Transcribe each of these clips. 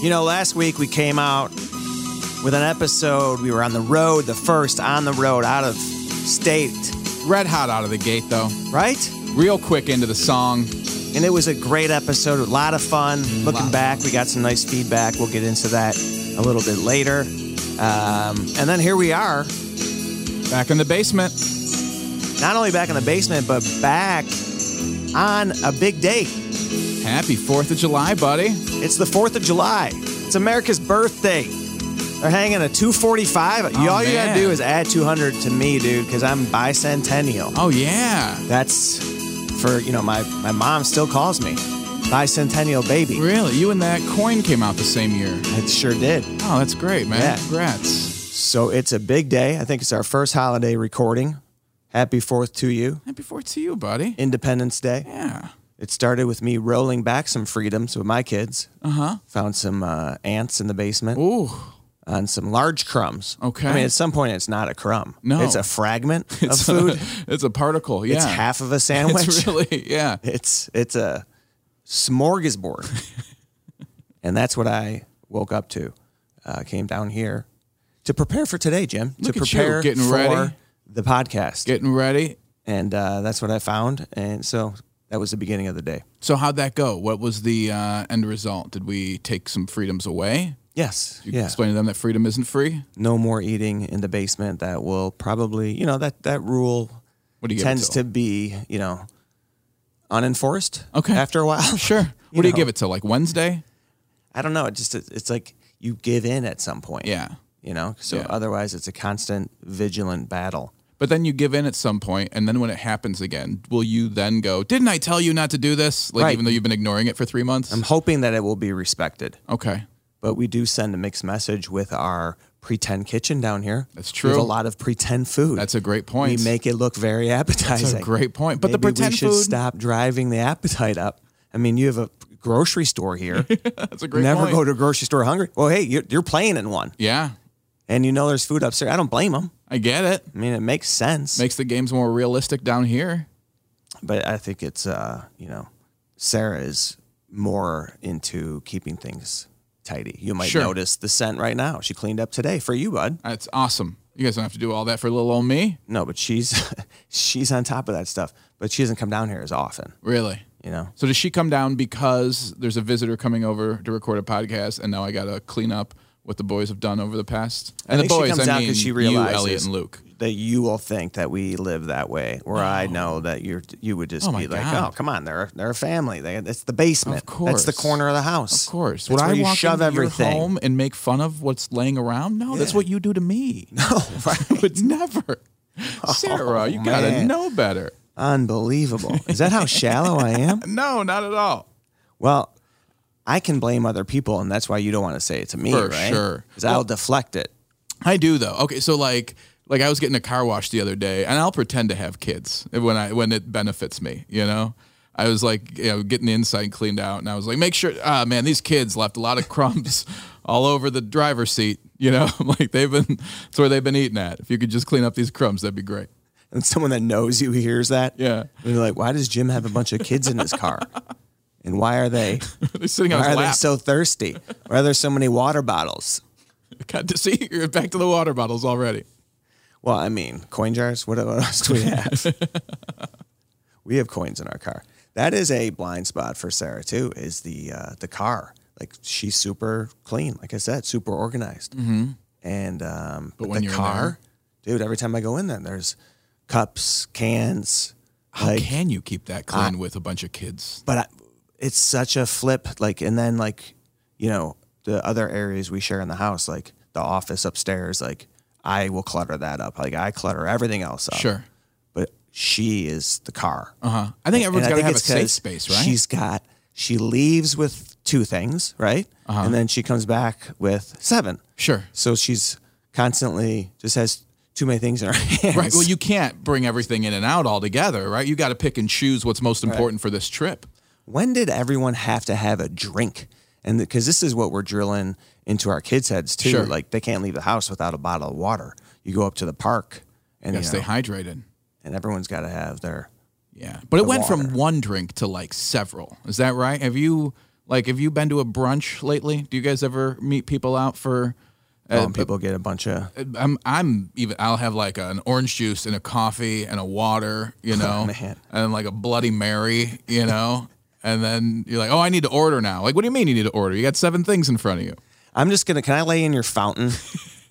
You know, last week we came out with an episode. We were on the road, the first on the road out of state, Red hot out of the gate, though. right? Real quick into the song. And it was a great episode, a lot of fun. Looking Lot. back, we got some nice feedback. We'll get into that a little bit later. Um, and then here we are, Back in the basement. not only back in the basement, but back on a big day. Happy 4th of July, buddy. It's the 4th of July. It's America's birthday. They're hanging a 245. Oh, All you gotta man. do is add 200 to me, dude, because I'm bicentennial. Oh, yeah. That's for, you know, my, my mom still calls me bicentennial baby. Really? You and that coin came out the same year. It sure did. Oh, that's great, man. Yeah. Congrats. So it's a big day. I think it's our first holiday recording. Happy 4th to you, Happy 4th to you, buddy. Independence Day. Yeah. It started with me rolling back some freedoms with my kids. Uh huh. Found some uh, ants in the basement. Uh-huh. Ooh. on some large crumbs. Okay. I mean, at some point, it's not a crumb. No. It's a fragment It's of food. A, it's a particle. Yeah. It's half of a sandwich. It's really, yeah. it's, it's a smorgasbord. and that's what I woke up to. Uh, came down here to prepare for today, Jim. Look to at you, prepare getting for ready. the podcast. Getting ready. and uh, that's what I found. And so that was the beginning of the day. So, how'd that go? What was the uh, end result? Did we take some freedoms away? Yes. Did you yeah. explain to them that freedom isn't free? no more eating in the basement. That will probably, you know, that, that rule What do you give tends it to be, you know, unenforced. Okay. After a while, Sure. What do you know. give it to? Like Wednesday? I don't know. It just it's like you give in at some point. Yeah. You know. So Yeah. otherwise, it's a constant vigilant battle. But then you give in at some point, and then when it happens again, will you then go, Didn't I tell you not to do this? Like, Right. even though you've been ignoring it for three months? I'm hoping that it will be respected, okay. but we do send a mixed message with our pretend kitchen down here. That's We have true. a lot of pretend food. That's a great we point. make it look very appetizing. That's a great point. But the Maybe pretend we should food, stop driving the appetite up. I mean, you have a grocery store here. that's a great Never point. go to a grocery store hungry. Well, hey, you're, you're playing in one. yeah, and you know there's food upstairs. I don't blame them. I get it. I mean, it makes sense, Makes the games more realistic down here. but I think it's uh, you know, Sarah is more into keeping things tidy. You might Sure. notice the scent right now. She cleaned up today for you, bud. That's awesome. You guys don't have to do all that for little old me. No, but she's she's on top of that stuff. But she doesn't come down here as often, Really? you know. So does she come down because there's a visitor coming over to record a podcast, and now I got to clean up what the boys have done over the past? And think the she boys, comes I down mean, 'cause she you, Elliot, realizes- and Luke. That you will think that we live that way, where I know that you're you would just Oh, my be like, God. oh, come on, they're they're a family. They, it's the basement. Of that's the course. corner of the house. Of course. that's Would where I you walk shove into everything. your home and make fun of what's laying around? No, that's what you do to me. No, I would never. Sarah, you gotta Oh, man. know better. Unbelievable. Is that how shallow I am? No, not at all. Well, I can blame other people, and that's why you don't want to say it to me, For right? sure. Because I'll deflect it. I do though. Okay, so like like I was getting a car wash the other day, and I'll pretend to have kids when I when it benefits me. You know, I was like you know getting the inside cleaned out, and I was like, make sure, ah man, these kids left a lot of crumbs all over the driver's seat. You know, like they've been that's where they've been eating at. If you could just clean up these crumbs, that'd be great. And someone that knows you hears that. Yeah. And they're like, why does Jim have a bunch of kids in his car? And why are they They're sitting on why his are they lap. so thirsty? Why are there so many water bottles? Got to see you're back to the water bottles already. Well, I mean, coin jars. What what else do we have? we have coins in our car. That is a blind spot for Sarah too. Is the uh, the car like she's super clean? Like I said, super organized. Mm-hmm. And um, but, when the you're in car, dude, every time I go in there, there's cups, cans. How like, can you keep that clean with a bunch of kids? but I, it's such a flip. Like, and then like, you know, the other areas we share in the house, like the office upstairs, like I will clutter that up. Like I clutter everything else up. Sure. But she is the car. Uh huh. I think everyone's And I think got to have a it's safe 'cause space, right? She's got. She leaves with two things, right? Uh-huh. And then she comes back with seven. sure. So she's constantly just has too many things in her hands. Right. Well, you can't bring everything in and out all together, right? You got to pick and choose what's most important for this trip. when did everyone have to have a drink? And because this is what we're drilling into our kids' heads too. Sure. Like they can't leave the house without a bottle of water. You go up to the park, and Got you to stay know, hydrated. and everyone's got to have their. Yeah. But it went water. from one drink to like several. Is that right? Have you Like, have you been to a brunch lately? Do you guys ever meet people out for? Oh, and people get a bunch of I'm I'm even I'll have like an orange juice and a coffee and a water, you know, Oh, man. and like a Bloody Mary, you know, and then you're like, oh, I need to order now. Like, what do you mean you need to order? You got seven things in front of you. I'm just gonna. Can I lay in your fountain?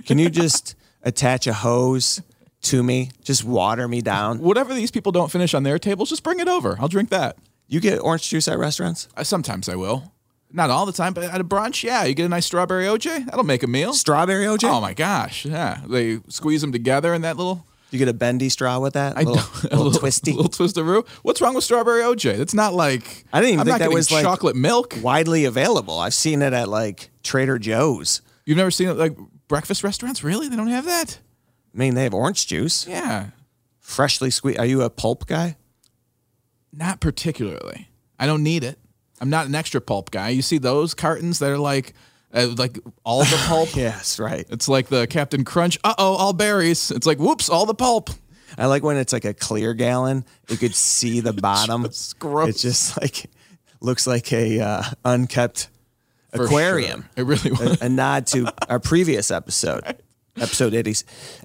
Can you just attach a hose to me? Just water me down. Whatever these people don't finish on their tables, just bring it over. I'll drink that. You get orange juice at restaurants. Uh, Sometimes I will, not all the time, but at a brunch, yeah, you get a nice strawberry OJ. That'll make a meal. Strawberry OJ. Oh my gosh, yeah, they squeeze them together in that little. You get a bendy straw with that. I little, don't- little twisty. little twistaroo. What's wrong with strawberry OJ? That's not like I didn't even think I'm not that getting was, like- chocolate milk. Widely available. I've seen it at like Trader Joe's. You've never seen it like breakfast restaurants? Really? They don't have that? I mean, they have orange juice, Yeah. freshly squeezed. Are you a pulp guy? Not particularly. I don't need it. I'm not an extra pulp guy. You see those cartons that are like uh, like all the pulp. Yes, right. It's like the Captain Crunch. Uh-oh, all berries. It's like whoops, all the pulp. I like when it's like a clear gallon. You could see the bottom. It's gross. It's just like looks like a uh, unkept For aquarium. sure. It really was. a nod to our previous episode, episode eighty,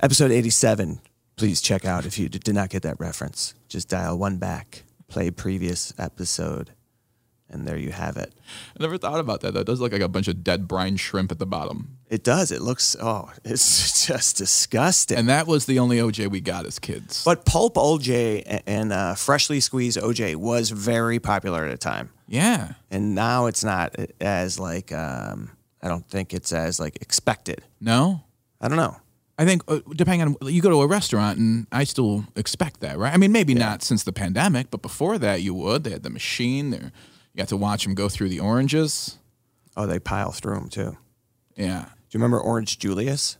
episode eighty-seven. Please check out if you d- did not get that reference. Just dial one back, play previous episode, and there you have it. I never thought about that. though. It does look like a bunch of dead brine shrimp at the bottom. It does. It looks. Oh, it's just disgusting. And that was the only OJ we got as kids. but pulp OJ a- and uh, freshly squeezed OJ was very popular at the time, yeah. and now it's not as like. Um, I don't think it's as like expected. No. I don't know. I think uh, depending on you go to a restaurant and I still expect that, right? I mean, maybe not since the pandemic, but before that you would. They had the machine. There, you got to watch them go through the oranges. Oh, they pile through them too. Yeah, Do you remember Orange Julius?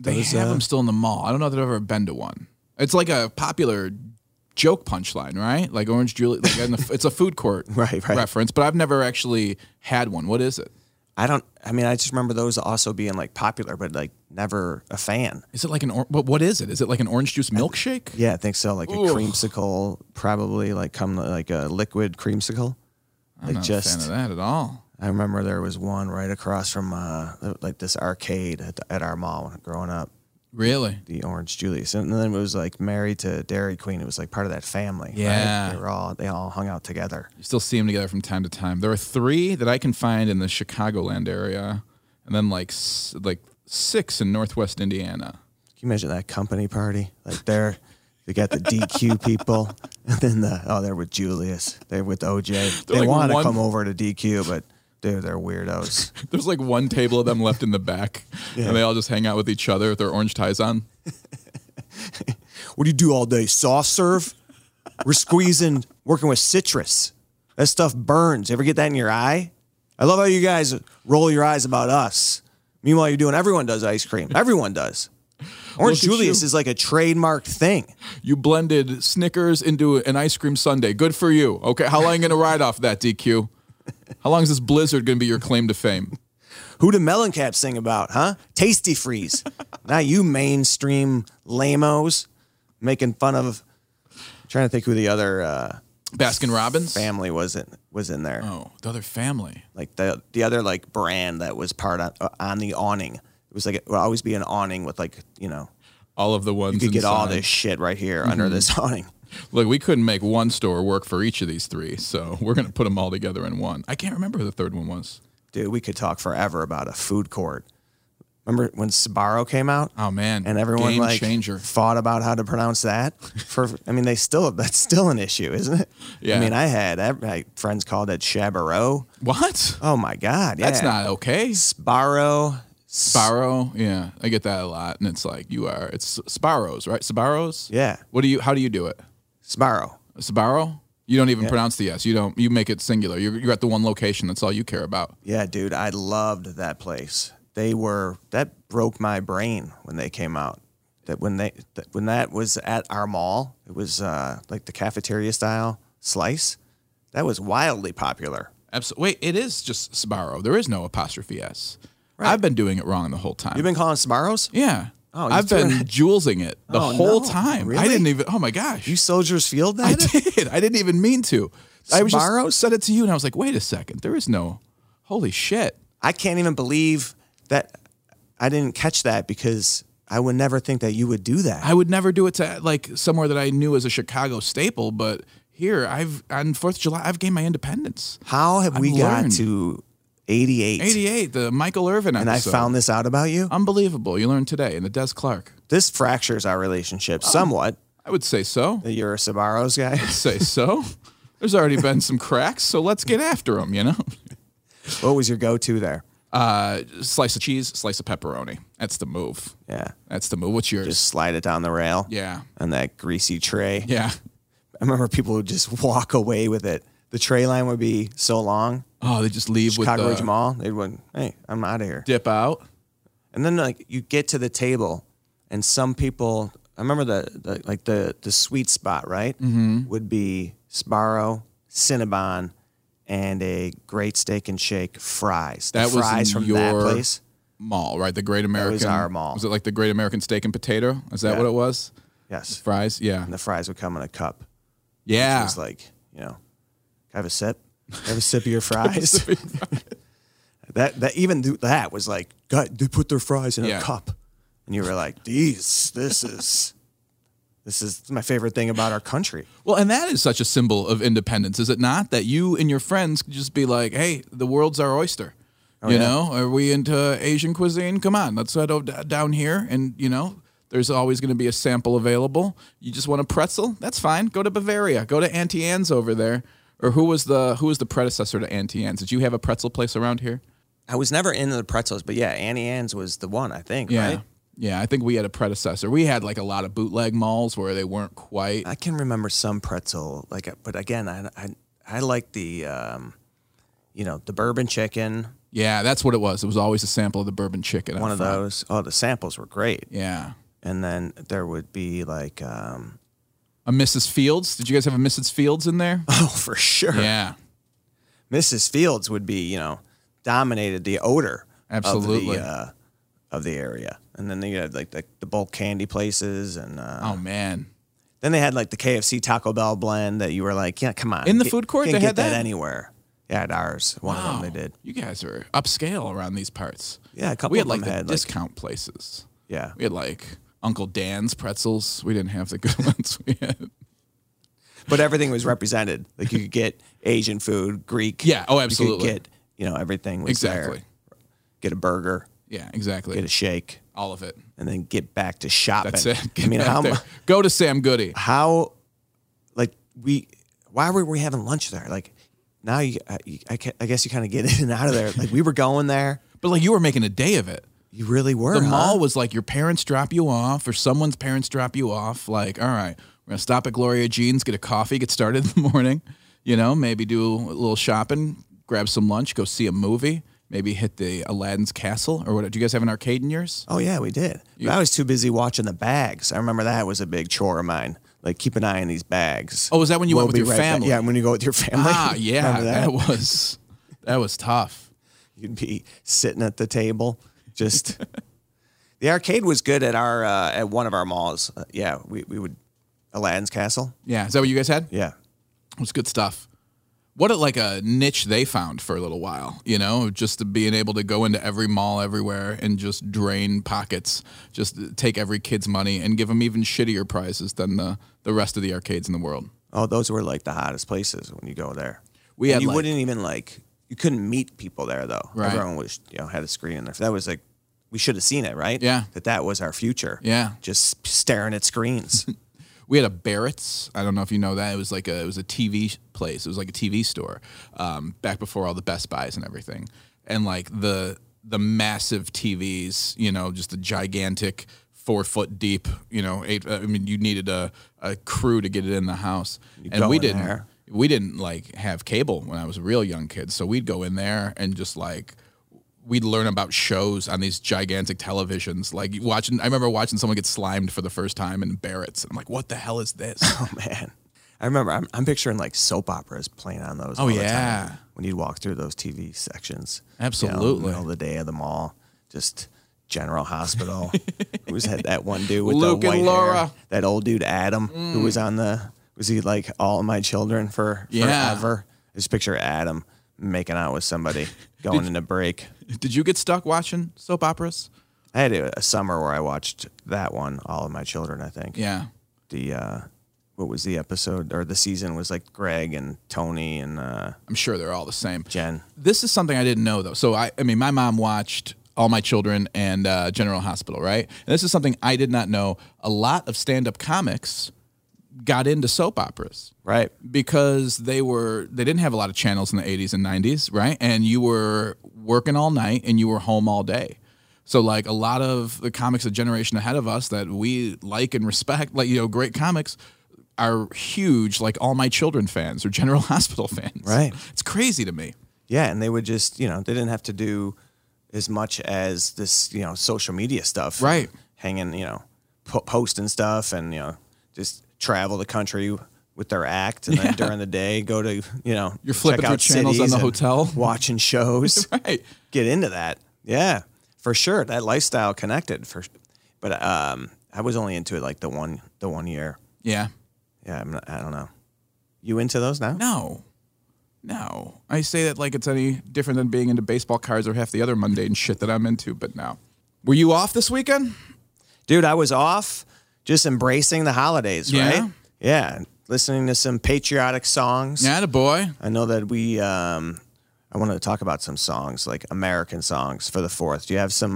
they Those, have uh, them still in the mall. I don't know that I've ever been to one. It's like a popular joke punchline, right? Like orange Julie. Like in the, it's a food court Right, right. reference, but I've never actually had one. What is it? I don't. I mean, I just remember those also being like popular, but like never a fan. Is it like an? Or, what, what is it? Is it like an orange juice milkshake? Yeah, I think so. Like a Ooh. creamsicle, probably like come like a liquid creamsicle. I'm not a fan of that at all. I remember there was one right across from uh, like this arcade at, at our mall when growing up, Really? the Orange Julius, and then it was like married to Dairy Queen. It was like part of that family. right? Yeah. they were all they all hung out together. You still see them together from time to time. There are three that I can find in the Chicagoland area, and then like s- like six in Northwest Indiana. Can you imagine that company party? Like they're they got the DQ people, and then the oh they're with Julius, they're with OJ. they like want to one- come over to DQ, but they're they're weirdos. There's like one table of them left in the back, and they all just hang out with each other with their orange ties on. what do you do all day? Soft serve? We're squeezing, working with citrus. That stuff burns. You ever get that in your eye? I love how you guys roll your eyes about us. Meanwhile, you're doing everyone does ice cream. Everyone does. Orange Look at Julius you. is like a trademark thing. You blended Snickers into an ice cream sundae. Good for you. Okay, how long are you gonna ride off that DQ? How long is this blizzard gonna be your claim to fame? Who do Mellencamp sing about, huh? Tasty Freeze. Not you mainstream lamos making fun of. I'm trying to think who the other uh, Baskin Robbins. family was in, was in there. Oh, the other family. Like the the other like brand that was part of, uh, on the awning. It was like it would always be an awning with like you know All of the ones. you could get all inside. this shit right here under Mm-hmm. this awning. Look, we couldn't make one store work for each of these three, so we're going to put them all together in one. I can't remember who the third one was. Dude, we could talk forever about a food court. Remember when Sbarro came out? Oh man! and everyone Game like changer. fought about how to pronounce that. For I mean, they still that's still an issue, isn't it? Yeah. I mean, I had I my friends called it Shabaro. What? Oh my god, yeah. That's not okay. Sbarro. S- Sparrow. Yeah, I get that a lot, and it's like you are. It's Sparrows, right? Sparrows. Yeah, What do you? How do you do it? Sbarro. Sparrow. You don't even pronounce the s. You don't. You make it singular. You're, you're at the one location. That's all you care about. Yeah, dude, I loved that place. They were that broke my brain when they came out. That when they that when that was at our mall, it was uh, like the cafeteria style slice. That was wildly popular. Absolutely. Wait, it is just Sparrow. There is no apostrophe s. have been doing it wrong the whole time. You've been calling Sbarros? Yeah. Oh, you I've threw been it- julesing it the Oh, whole no. time. I Really? didn't even. Oh my gosh. You soldiers field that? I did. I didn't even mean to. I was just- Sbarro said it to you, and I was like, wait a second, there is no, holy shit. I can't even believe that I didn't catch that because I would never think that you would do that. I would never do it to like somewhere that I knew as a Chicago staple, but here I've on Fourth of July I've gained my independence. How have we I've got learned. to 88? '88, the Michael Irvin And I episode. found this out about Uh, you? unbelievable. You learned today in the Des Clark. This fractures our uh, relationship somewhat. I would say so. that You're a Sabaros guy. say so. There's already been some cracks, so let's get after them. You know, what was your go to there? uh, slice of cheese, slice of pepperoni. That's the move. Yeah. That's the move. What's yours? Just slide it down the rail yeah, on that greasy tray. yeah. I remember people would just walk away with it. The tray line would be so long. Oh, they just leave with Cockroach the Mall, they would, hey, I'm out of here. dip out. And then like you get to the table, and some people. I remember the, the like the the sweet spot right Mm-hmm. would be Sbarro, Cinnabon, and a great steak and shake fries. The That was fries in from that your- place. Mall, right? The Great American. our mall. Was it like the Great American Steak and Potato? Is that Yeah. what it was? Yes, Fries. Yeah. and the fries would come in a cup. It Yeah. was like you know, have a sip, have a sip of your fries. that that even th- that was like God, they put their fries in Yeah. a cup, and you were like, these, this is. This is my favorite thing about our country. Well, and that is such a symbol of independence, is it not? That you and your friends could just be like, hey, the world's our oyster. you Oh, yeah. know, are we into Asian cuisine? Come on, let's head over d- down here. And, you know, there's always going to be a sample available. You just want a pretzel? That's fine. Go to Bavaria. Go to Auntie Anne's over there. Or who was the who was the predecessor to Auntie Anne's? Did you have a pretzel place around here? I was never into the pretzels, but yeah, Annie Ann's was the one, I think, Yeah. right? Yeah, I think we had a predecessor. We had like a lot of bootleg malls where they weren't quite. I can remember some pretzel, like, uh, but again, I, I, I like the, um, you know, the bourbon chicken, Yeah, that's what it was. It was always a sample of the bourbon chicken. one up of front. those. Oh, the samples were great. Yeah. And then there would be like, um, A Mrs. Fields? Did you guys have a Mrs. Fields in there? oh, for sure. yeah. Mrs. Fields would be, you know, dominated the odor Absolutely. of the, uh, of the area. And then they had like the, the bulk candy places. And uh, Oh man. then they had like the KFC Taco Bell blend that you were like, yeah, come on. In the Get- food court, can't they get had that? anywhere. Yeah, at ours. One of Wow. them Oh, they did. Oh, You guys are upscale around these parts. Yeah, a couple We had of like them the had like, discount places. yeah. We had like Uncle Dan's pretzels. We didn't have the good ones. We had. But everything was represented. Like you could get Asian food, Greek. Yeah. Oh, You absolutely. could get, you know, everything was Exactly. there. Get a burger, Yeah. Exactly. get a shake, All of it. and then get back to shopping. That's it. I mean, Get how out there. mu- Go to Sam Goody. how like we why were we having lunch there? Like now you, I, you- I ca- I guess you kind of get in and out of there. Like we were going there. But like you were making a day of it. You really were. The huh? mall was like your parents drop you off or someone's parents drop you off. Like, all right, we're gonna stop at Gloria Jean's, get a coffee, get started in the morning. You know, maybe do a little shopping, grab some lunch, go see a movie, maybe hit the Aladdin's Castle or what? Do you guys have an arcade in yours? Oh yeah, we did. But I was too busy watching the bags. I remember that was a big chore of mine. Like keep an eye on these bags. Oh, is that when you went with be your back. family? Yeah, when you go with your family. Ah, yeah, Remember that? that? was that was tough. You'd be sitting at the table, just. the arcade was good at our uh, at one of our malls. Uh, yeah, we we would Aladdin's Castle. Yeah, is that what you guys had? Yeah, It was good stuff. What a, like a niche they found for a little while, you know, just to being able to go into every mall everywhere and just drain pockets, just take every kid's money and give them even shittier prizes than the, the rest of the arcades in the world. Oh, those were like the hottest places when you go there. We And had, you like- wouldn't even like you couldn't meet people there though. Right. Everyone was you know had a screen in there. That was like we should have seen it, right? Yeah. That that was our future. Yeah. Just staring at screens. We had a Barrett's. I don't know if you know that. It was like a it was a TV place. It was like a TV store um, back before all the Best Buys and everything. And like the the massive TVs, you know, just the gigantic four foot deep, you know, eight. I mean, you needed a, a crew to get it in the house, and go we in didn't. there. We didn't like have cable when I was a real young kid, so we'd go in there and just like we'd learn about shows on these gigantic televisions. Like watching, I remember watching someone get slimed for the first time in Barrett's. And I'm like, what the hell is this? oh man. I remember I'm, I'm picturing like soap operas playing on those. Oh yeah. When you'd walk through those TV sections. You know, in Absolutely. the middle of the day of the mall. Just General Hospital. Who's had that one dude with Luke the and white Laura. hair? That old dude Adam who was on the Was he like all my children for Yeah. forever? Just picture Adam making out with somebody, going into break. Did you get stuck watching soap operas? I had a, a summer where I watched that one, All of My Children, I think. Yeah. The uh what was the episode or the season was like Greg and Tony and uh I'm sure they're all the same. Jen. This is something I didn't know though. So I, I mean, my mom watched all my children and uh, General Hospital, right? And this is something I did not know. A lot of stand-up comics got into soap operas Right. because they were they didn't have a lot of channels in the 80s and 90s, right? And you were working all night and you were home all day. So like a lot of the comics a generation ahead of us that we like and respect, like you know, great comics are huge like all my children fans or General Hospital fans. Right. It's crazy to me. Yeah, and they would just, you know, they didn't have to do as much as this, you know, social media stuff. Right. Hanging, you know, po- posting stuff and, you know, just travel the country with their act and then during the day go to, you know, You're flipping check out through channels on cities the and hotel. watching shows. Right. Get into that. Yeah. For sure. That lifestyle connected for but um I was only into it like the one the one year. Yeah. Yeah, I'm not, I don't know. You into those now? No. No. I say that like it's any different than being into baseball cards or half the other mundane shit that I'm into, but no. Were you off this weekend? dude, I was off just embracing the holidays, Yeah. right? Yeah, listening to some patriotic songs. Yeah, boy. I know that we, um, I wanted to talk about some songs, like American songs for the fourth. Do you have some?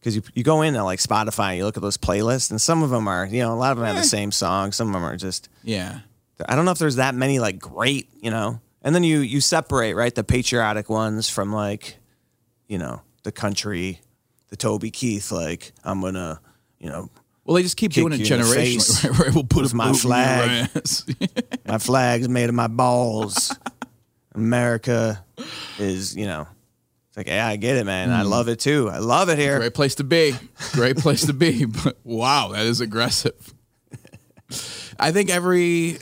Because you, you go in on like Spotify and you look at those playlists, and some of them are, you know, a lot of them Eh. have the same song. Some of them are just, Yeah. I don't know if there's that many like great, you know. And then you you separate right the patriotic ones from like, you know, the country, the Toby Keith like I'm gonna, you know, Well, they just keep doing it you in the generationally. face Right, right. We'll put with a my boot in your flag. ass. My flag's made of my balls. America is, you know, it's like, yeah, I get it, man. I love it too. I love it here. Great place to be. Great place to be. But wow, that is aggressive. I think every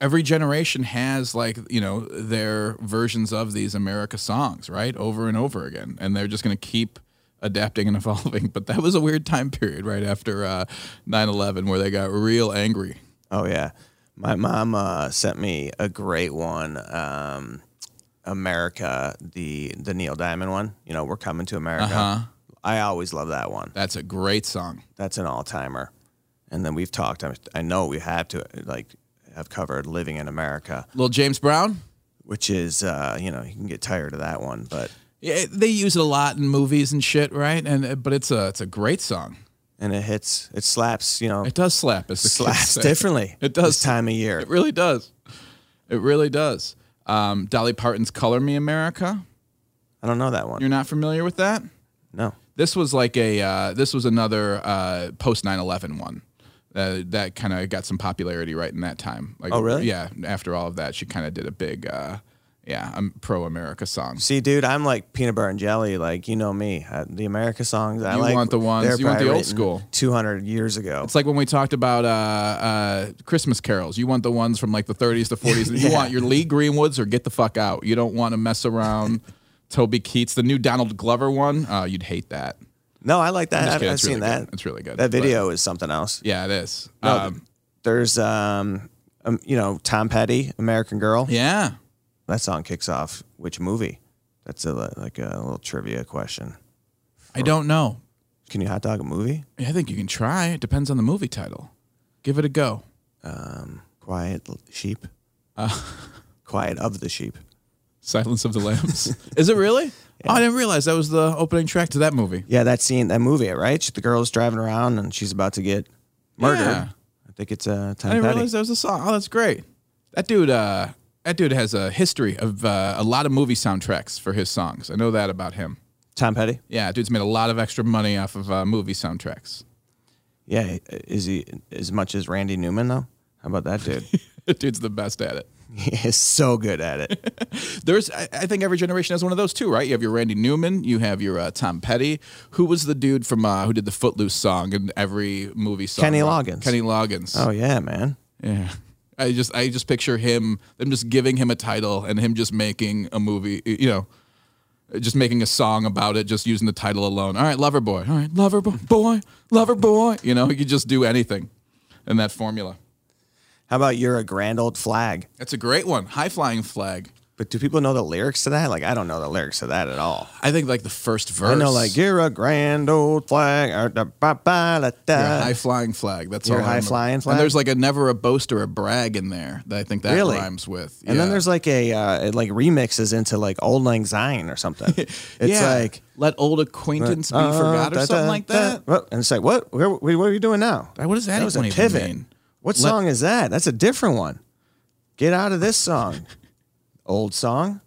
every generation has like you know their versions of these America songs, right, over and over again, and they're just going to keep adapting and evolving. But that was a weird time period right after uh, 9-11 where they got real angry. Oh, yeah. My mom uh, sent me a great one. Um, America, the the Neil Diamond one. You know, we're coming to America. I always love that one. That's a great song. That's an all timer. And then we've talked. I- I know we have to like have covered living in America, Little James Brown. which is uh, you know you can get tired of that one, but Yeah, they use it a lot in movies and shit, right? And uh, but it's a it's a great song. and it hits, it slaps. You know, It does slap. As the kids slaps say. differently. It does. this time of year. It really does. It really does. Um, Dolly Parton's "Color Me America." I don't know that one. You're not familiar with that? No. This was like a uh, this was another uh, post 9/11 one. Uh, that kind of got some popularity right in that time. Like, Oh, really? Yeah. After all of that, she kind of did a big, uh, yeah, um, pro America song. See, dude, I'm like peanut butter and jelly. Like you know me, Uh the America songs. I You like want the ones- they're you want the probably old written school. 200 years ago. It's like when we talked about uh, uh, Christmas carols. You want the ones from like the 30s to 40s. You Yeah. want your Lee Greenwoods or get the fuck out. You don't want to mess around. Toby Keats, the new Donald Glover one. Uh, you'd hate that. no, I like that. just I've, kidding. I've It's seen really good. that. It's really good. That video is something else. Yeah, it is. um, There's um, um, you know, Tom Petty, American Girl. yeah. That song kicks off which movie? That's a like a little trivia question. I don't know. Can you hot dog a movie? I think you can try. It depends on the movie title. Give it a go. Quiet L- Sheep. Uh. Quiet of the Sheep. Silence of the Lambs. is it really? Oh, I didn't realize that was the opening track to that movie. Yeah, that scene, that movie, right? The girl's driving around and she's about to get murdered. Yeah. I think it's uh, I Tom didn't Petty. realize that was a song. Oh, that's great. That dude. Uh, that dude has a history of uh, a lot of movie soundtracks for his songs. I know that about him. Tom Petty. Yeah, dude's made a lot of extra money off of uh, movie soundtracks. Yeah, is he as much as Randy Newman though? How about that dude? dude's the best at it. he is so good at it. There's, I, I think every generation has one of those too, right? You have your Randy Newman, you have your uh, Tom Petty. Who was the dude from uh, who did the Footloose song in every movie song? Kenny Uh, Loggins. Kenny Loggins. Oh yeah, man. Yeah. I just, I just picture him, them just giving him a title and him just making a movie. You know, just making a song about it, just using the title alone. All right, Lover Boy. All right, Lover Boy, boy, Lover Boy. You know, you could just do anything in that formula. How about you're a grand old flag? That's a great one. High flying flag. But do people know the lyrics to that? Like, I don't know the lyrics to that at all. I think like the first verse. I know, like, you're a grand old flag. or da ba ba la da. high flying flag. That's You're all. I a remember. high-flying flag? And there's like a never a boast or a brag in there that I think that Really? rhymes with. And then Yeah. there's like a, uh, it like remixes into like Old Lang Syne or something. It's Yeah. like, let old acquaintance be uh, forgot or da, something da, like da. that. Well, And it's like, what? Where, wait, what are you doing now? What does that That was a one even pivot. mean? What Let- song is that? That's a different one. Get out of this song. Old song.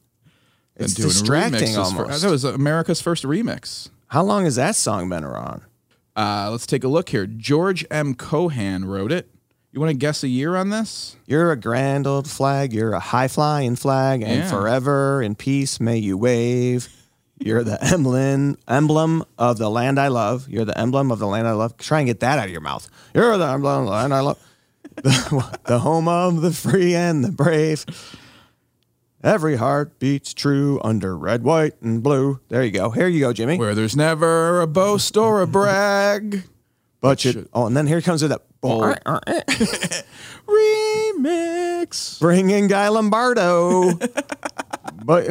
Been It's doing distracting remixes for- uh, almost. that was America's first remix. How long has that song been around? Uh, let's take a look here. George M. Cohan wrote it. You want to guess a year on this? You're a grand old flag. You're a high flying flag, and Yeah. forever in peace may you wave. You're the emblem emblem of the land I love. You're the emblem of the land I love. Try and get that out of your mouth. You're the emblem of the land I love. The, the home of the free and the brave. Every heart beats true under red, white, and blue. There you go. Here you go, Jimmy. Where there's never a boast or a brag. But you, oh, and then here comes with that Remix. Bring in Guy Lombardo. but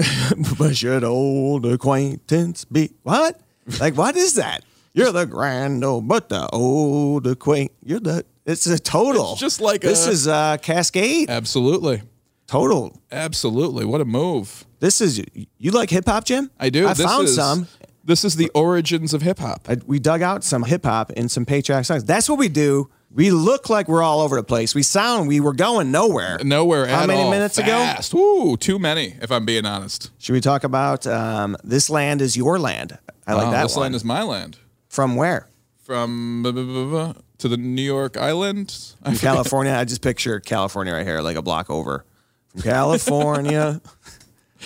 but should old acquaintance be what? Like what is that? You're the grand old, but the old acquaint. You're the. It's a total. It's just like this a- is uh, Cascade Absolutely. total. Absolutely. What a move. This is you like hip hop, Jim? I do. I This found is- some. This is the origins of hip hop. I, we dug out some hip hop and some patriotic songs. That's what we do. We look like we're all over the place. We sound we were going nowhere. Nowhere How at many all. minutes ago? Fast. Woo, too many, if I'm being honest. Should we talk about um, this land is your land? I like Wow, that Oh, this one. land is my land. From where? From blah, blah, blah, blah, to the New York island. I From California. I just picture California right here, like a block over. From California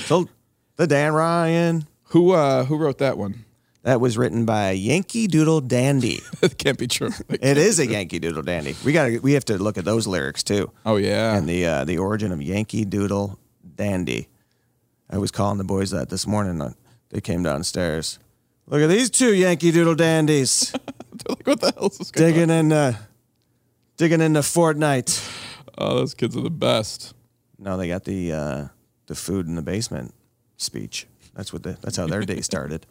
to the Dan Ryan. Who uh who wrote that one? That was written by Yankee Doodle Dandy. That can't be true. Like, It is a Yankee Doodle Dandy. We got to we have to look at those lyrics too, oh yeah. and the uh, the origin of Yankee Doodle Dandy. I was calling the boys that this morning. uh, They came downstairs. Look at these two Yankee Doodle Dandies. They're like, what the hell is this going on? digging in uh digging into Fortnite. Oh, those kids are the best. No, they got the uh the food in the basement speech. That's what the, that's how their day started.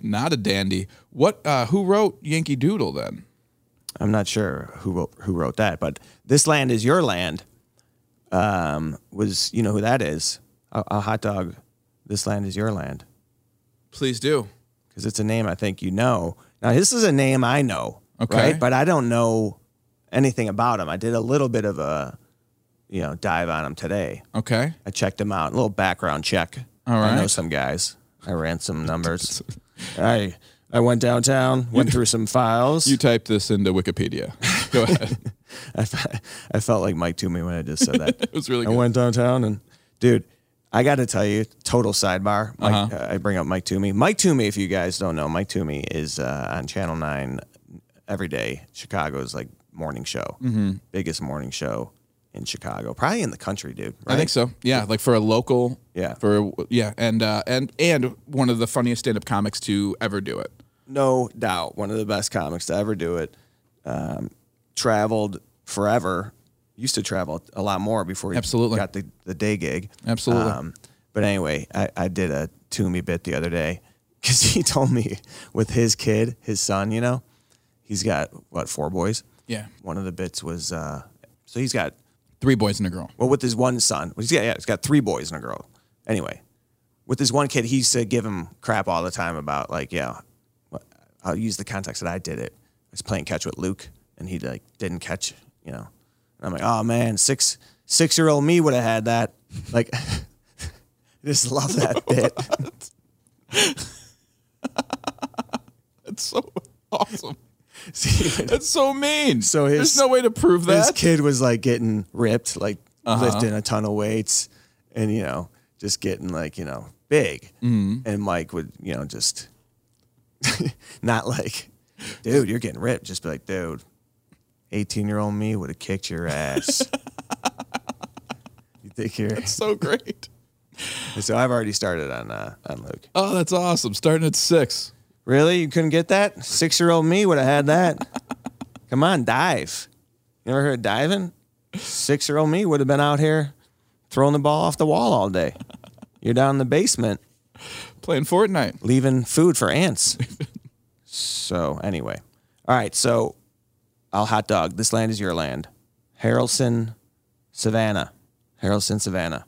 Not a dandy. What uh who wrote Yankee Doodle then? I'm not sure who wrote, who wrote that, but this land is your land. Um, was you know who that is? A, a hot dog. This land is your land Please do. because it's a name I think you know. Now this is a name I know, Okay. right? But I don't know anything about him. I did a little bit of a you know dive on him today. Okay. I checked him out. A little background check. All I know right. some guys. I ran some numbers. I I went downtown, went through some files. You type this into Wikipedia. Go ahead. I, fe- I felt like Mike Toomey when I just said that. it was really I good. went downtown and, dude, I got to tell you, total sidebar. Mike, Uh-huh. uh, I bring up Mike Toomey. Mike Toomey, if you guys don't know, Mike Toomey is uh, on Channel 9 every day. Chicago's like morning show, Mm-hmm. biggest morning show in Chicago, probably in the country, dude. Right? I think so. Yeah, like for a local. Yeah. For yeah, and uh, and and one of the funniest stand-up comics to ever do it. no doubt one of the best comics to ever do it. Um, traveled forever. Used to travel a lot more before he Absolutely. got the, the day gig. Um, Absolutely. but anyway, I, I did a Toomey bit the other day because he told me with his kid, his son, you know, he's got what, four boys? Yeah. One of the bits was, uh, so he's got Three boys and a girl. well, with his one son, he's got, yeah, he's got three boys and a girl. Anyway, with this one kid, he used to give him crap all the time about like, yeah, what- I'll use the context that I did it. I was playing catch with Luke, and he like didn't catch, you know. And I'm like, oh man, six six year old me would have had that. Like, I just love that bit. That's so awesome. See, That's so mean. So his- there's no way to prove this that. kid was like getting ripped, like lifting a ton of weights, and you know, just getting like you know big. And Mike would you know just not like, dude, you're getting ripped. Just be like, dude, eighteen year old me would have kicked your ass. you think you're? so great. So I've already started on uh, on Luke. Oh, that's awesome. Starting at six. Really, you couldn't get that? Six year old me would have had that. Come on, dive. You ever heard of diving? Six year old me would have been out here throwing the ball off the wall all day. You're down in the basement Playing Fortnite. leaving food for ants. so anyway, all right. So I'll hot dog. This land is your land. Harrelson, Savannah. Harrelson, Savannah.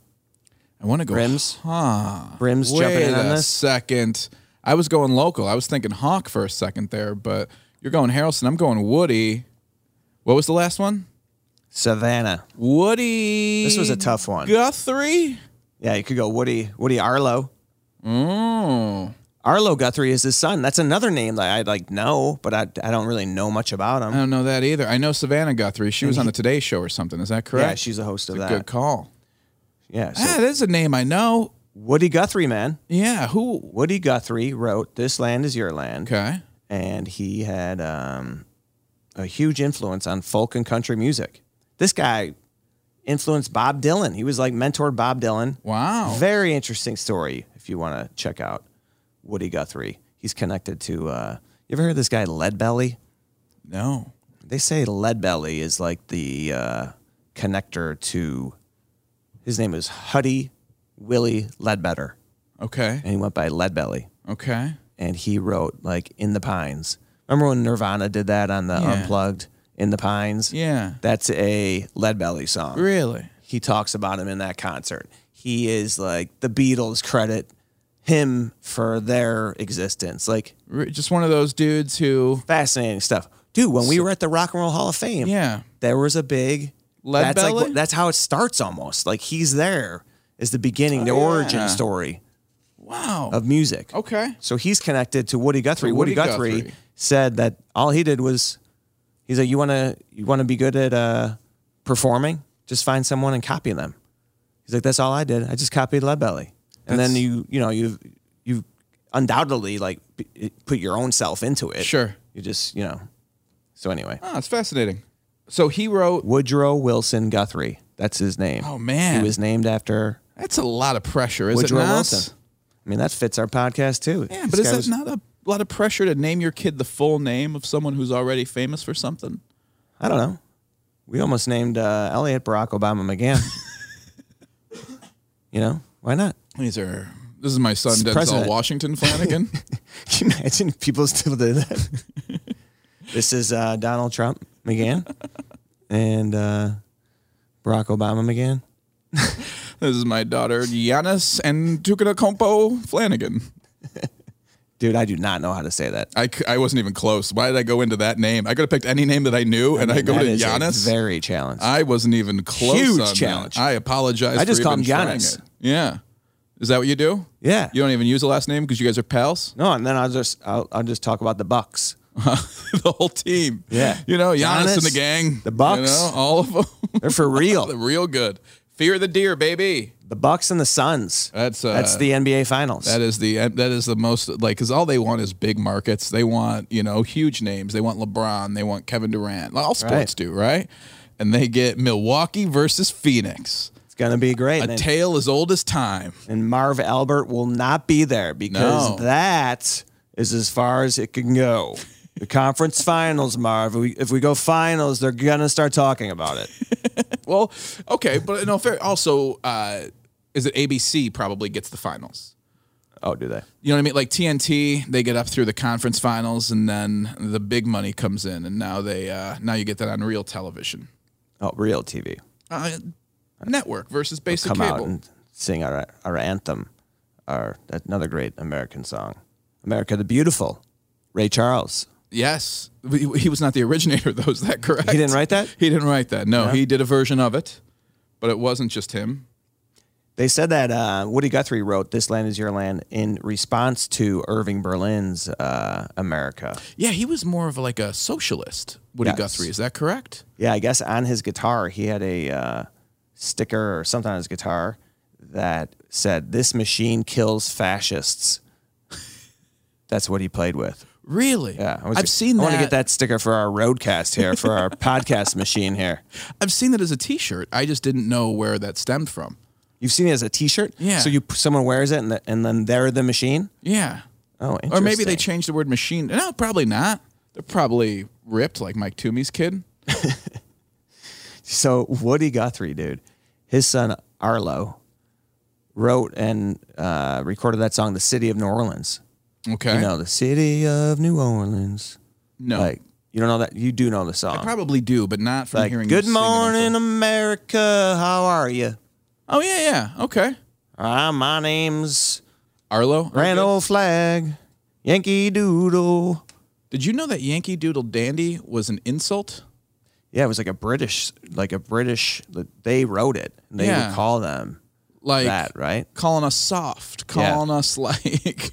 I want to go. Brims. Huh. Brims Wait jumping in a on this. second. I was going local. I was thinking Hawk for a second there, but you're going Harrelson. I'm going Woody. What was the last one? Savannah. Woody. This was a tough one. Guthrie. Yeah, you could go Woody. Woody Arlo. Oh, Arlo Guthrie is his son. That's another name that I like know, but I, I don't really know much about I him. don't know that either. I know Savannah Guthrie. She was on the Today Show or something. Is that correct? Yeah, she's a host of that. Good call. Yeah. So Ah, that's a name I know. Woody Guthrie, man. Yeah. Who? Woody Guthrie wrote "This Land Is Your Land." Okay. and he had um, a huge influence on folk and country music. This guy influenced Bob Dylan. He was like mentored Bob Dylan. Wow. Very interesting story if you want to check out Woody Guthrie. He's connected to, uh, you ever heard of this guy, Leadbelly? No. They say Leadbelly is like the uh, connector to, his name is Huddy Willie Leadbetter, Okay. and he went by Leadbelly Okay. and he wrote like in the pines remember when nirvana did that on the Yeah. unplugged in the pines Yeah. that's a lead belly song Really? he talks about him in that concert he is like the beatles credit him for their existence like Re- Just one of those dudes who. fascinating stuff dude when we were at the rock and roll hall of fame Yeah. there was a big Lead that's like belly? wh- that's how it starts almost like he's there is the beginning the Oh, yeah. origin story Wow. of music Okay. So he's connected to Woody Guthrie. To Woody Woody, Guthrie, Guthrie. said that all he did was he's like, you want to you want to be good at uh, performing, just find someone and copy them. He's like, that's all I did. I just copied Leadbelly, and then That's- you you know you you undoubtedly like p- it- put your own self into it. Sure. you just you know. So anyway, Oh, it's fascinating. So he wrote. Woodrow Wilson Guthrie. That's his name. Oh, man. he was named after That's a lot of pressure, is Woodrow it not? Wilson. I mean, that fits our podcast too. Yeah, but This is guy that was- not a lot of pressure to name your kid the full name of someone who's already famous for something? I don't know. We almost named uh, Elliot Barack Obama McGann. you know, why not? These are. This is my son, It's Denzel president. Washington Flanagan. Can you imagine if people still do that? this is uh, Donald Trump McGann and uh, Barack Obama McGann. this is my daughter, Giannis and Tukunakompo Flanagan. Dude, I do not know how to say that. I, c- I wasn't even close. Why did I go into that name? I could have picked any name that I knew, and I go That to is a Giannis. Uh, Very challenged. I wasn't even close. Huge on that. challenge. I apologize. I just for call even him trying Giannis. it. Yeah. Is that what you do? yeah. You don't even use the last name because you guys are pals. no, and then I'll just I'll, I'll just talk about the Bucks. the whole team. Yeah. You know, Giannis, Giannis, and the gang. the Bucks. Oh. You know, all of them. They're for the real. real good. Fear the deer, baby. the Bucks and the Suns. That's, uh, that's the NBA Finals. That is the that is the most like because all they want is big markets. They want you know huge names. They want LeBron. They want Kevin Durant. Like, All sports Right. do right, and they get Milwaukee versus Phoenix. it's gonna be great. A man. tale as old as time. and Marv Albert will not be there because No. that is as far as it can go. The conference finals, Marv. We, if we go finals, they're gonna start talking about it. Well, okay, but no fair. Also, uh, is it ABC probably gets the finals? Oh, do they? You know what I mean? Like TNT, they get up through the conference finals, and then the big money comes in, and now they uh, now you get that on real television, Oh, real TV. uh, network versus basic Come cable. out and sing our our anthem, our another great American song, "America the Beautiful." Ray Charles. Yes, he he was not the originator, though. Is that correct? He didn't write that. He didn't write that. No, he did a version of it, but it wasn't just him. They said that uh, Woody Guthrie wrote "This Land Is Your Land" in response to Irving Berlin's uh, "America." Yeah, he was more of like a socialist. Woody Yes. Guthrie, is that correct? Yeah, I guess on his guitar he had a uh, sticker or something on his guitar that said "This machine kills fascists." That's what he played with. Really? Yeah, I was- I've seen I that. want to get that sticker for our roadcast here, for our podcast machine here. I've seen that as a T-shirt. I just didn't know where that stemmed from. You've seen it as a T-shirt. Yeah. So you someone wears it and, the, and then they're the machine. Yeah. Oh, interesting. Or maybe they changed the word machine. No, probably not. They're probably ripped like Mike Toomey's kid. So Woody Guthrie, dude, his son Arlo wrote and uh, recorded that song, "The City of New Orleans." Okay. You know, the City of New Orleans. no. Like you don't know that you do know the song. probably do, but not from like, hearing. "Good you sing it. morning, America. How are you? Oh yeah, yeah. Okay. Uh, my name's Arlo. are you good? Randall Flag, Yankee Doodle." Did you know that Yankee Doodle Dandy was an insult? Yeah, it was like a British, like a British. They wrote it. And they Yeah. would call them Like that, right? calling us soft, Yeah. calling us like,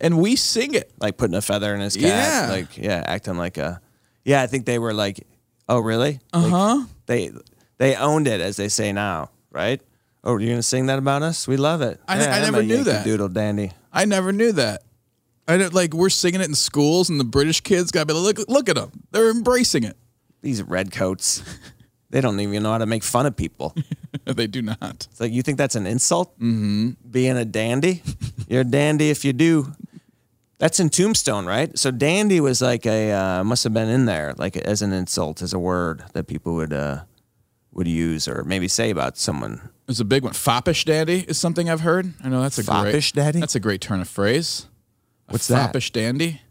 and we sing it. Like putting a feather in his cat. Yeah. Like yeah, acting like a. Yeah, I think they were like, oh really? Uh Like, huh. they they owned it as they say now, right? Oh, you're gonna sing that about us? We love it. I- I I'm never a knew Yankee that. Doodle dandy. I never knew that. I don't, like we're singing it in schools, and the British kids got to be like, look, look at them. They're embracing it. These redcoats, they don't even know how to make fun of people. they do not. It's like you think that's an insult? Mm-hmm. Being a dandy, you're a dandy if you do. That's in Tombstone, right? So dandy was like a uh, must have been in there, like as an insult, as a word that people would uh, would use or maybe say about someone. There's a big one. Foppish daddy is something I've heard. I know that's a Foppish great, daddy? That's a great turn of phrase. A What's that? Foppish dandy.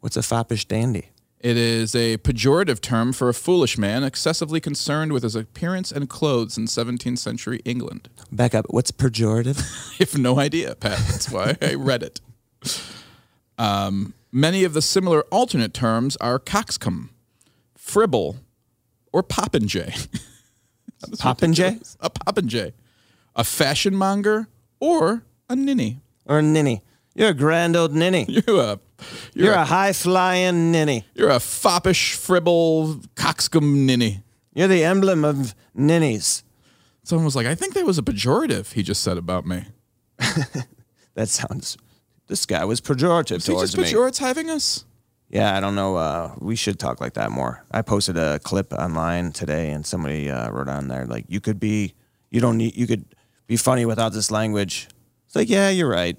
What's a foppish dandy? It is a pejorative term for a foolish man excessively concerned with his appearance and clothes in 17th century England. Back up. What's pejorative? I have no idea, Pat. That's why I read it. Um, many of the similar alternate terms are coxcomb, fribble, or popinjay. Popinjay a popinjay, a fashion monger, or a ninny. or ninny? You're a grand old ninny. You're, You're a, you're, a, a high flying ninny. you're a foppish, fribble, coxcomb ninny. You're the emblem of ninnies. Someone was like, I think that was a pejorative he just said about me. That sounds. This guy was pejorative He towards just me. pejorates having us? Yeah, I don't know. Uh, we should talk like that more. I posted a clip online today, and somebody uh, wrote on there like, "You could be, you don't need, you could be funny without this language." It's like, yeah, you're right.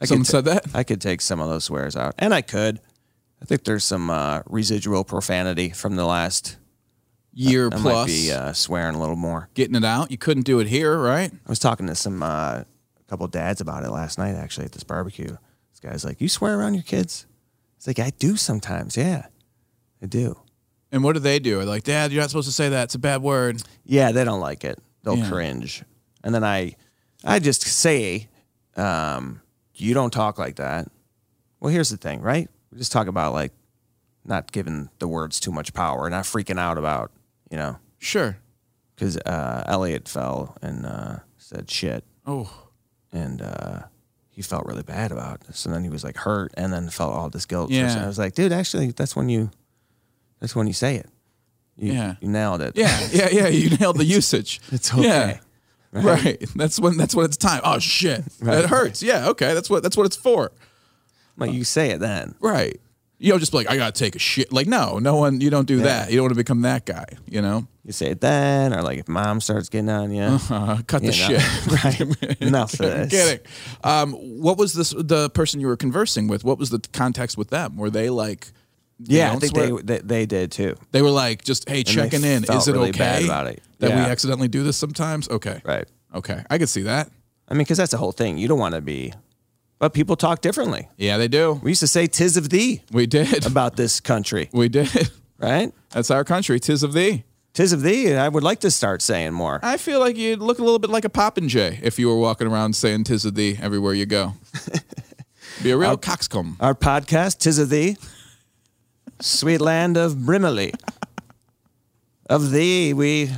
I Someone could ta- said that? I could take some of those swears out, and I could. I think there's some uh, residual profanity from the last. Year I plus. might be uh, swearing a little more. Getting it out. You couldn't do it here, right? I was talking to some uh, a couple dads about it last night, actually, at this barbecue. This guy's like, "You swear around your kids?" It's like, "I do sometimes. Yeah, I do." And what do they do? They're like, Dad, you're not supposed to say that. It's a bad word. Yeah, they don't like it. They'll Yeah. cringe. And then I, I just say, um, you don't talk like that. Well, here's the thing, right? We just talk about like not giving the words too much power, not freaking out about, you know, Sure. because uh, Elliot fell and uh, said shit, Oh, and uh, he felt really bad about it. So then he was like hurt, and then felt all this guilt. for- Yeah. I was like, dude, actually, that's when you, that's when you say it. You, Yeah. you nailed it. yeah, yeah, yeah. You nailed the usage. It's okay. Yeah. Right. That's when. That's when it's time. Oh shit. That hurts. Yeah. Okay. That's what. That's what it's for. Like you say it then. Right. You don't just be like I gotta take a shit. Like no, no one. You don't do that. You don't want to become that guy. You know. you say it then, or like if mom starts getting on you. Uh, cut the You know, shit. right. Enough of I'm this. kidding. Um, what was this? The person you were conversing with. What was the context with them? Were they like? they Yeah, I don't think swear? they, they they did too. They were like, just hey, checking in. felt Is it really okay bad about it. that we Yeah. accidentally do this sometimes? Okay, Right. okay, I could see that. I mean, because that's the whole thing. You don't want to be, but people talk differently. Yeah, they do. We used to say "tis of thee" We did. about this country, We did. right? That's our country. Tis of thee. "Tis of thee." I would like to start saying more. I feel like you'd look a little bit like a popinjay if you were walking around saying tis of thee everywhere you go. Be a real coxcomb. Our podcast "Tis of thee," sweet land of Brimley. Of thee we.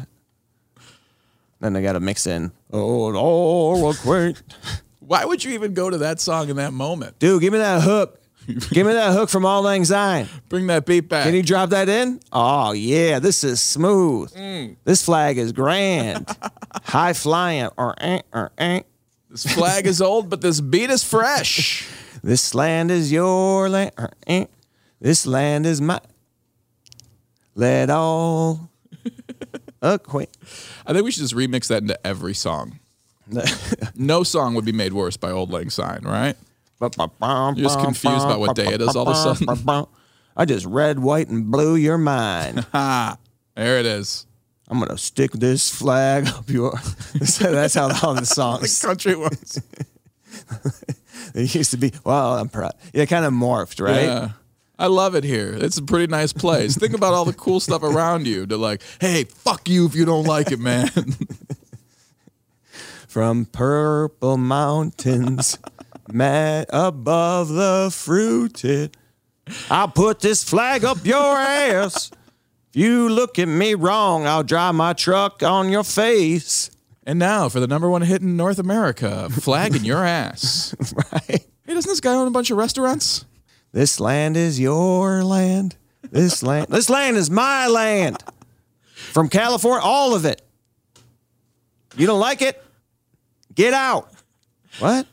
Then I got to mix in. Oh, oh, quaint. Why would you even go to that song in that moment? Dude, give me that hook. give me that hook from All Lang Syne. Bring that beat back. Can you drop that in? Oh yeah, this is smooth. Mm. This flag is grand, high flying. Or eh, or eh. this flag is old, but this beat is fresh. This land is your land. Or eh. This land is my. Let all acquaint. I think we should just remix that into every song. No song would be made worse by Old Lang Syne, right? You're just confused about what day it is all of a sudden. I just red, white, and blew your mind. Ha! There it is. I'm gonna stick this flag up your. That's how all the songs. Country ones. It used to be. Well, I'm proud. It kind of morphed, right? Yeah. I love it here. It's a pretty nice place. Think about all the cool stuff around you. To like, hey, fuck you if you don't like it, man. From purple mountains, met above the fruited. I'll put this flag up your ass. If you look at me wrong, I'll drive my truck on your face. and now for the number one hit in North America, flagging your ass. Right? Hey, doesn't this guy own a bunch of restaurants? This land is your land. This land. This land is my land. From California, all of it. You don't like it? Get out. What?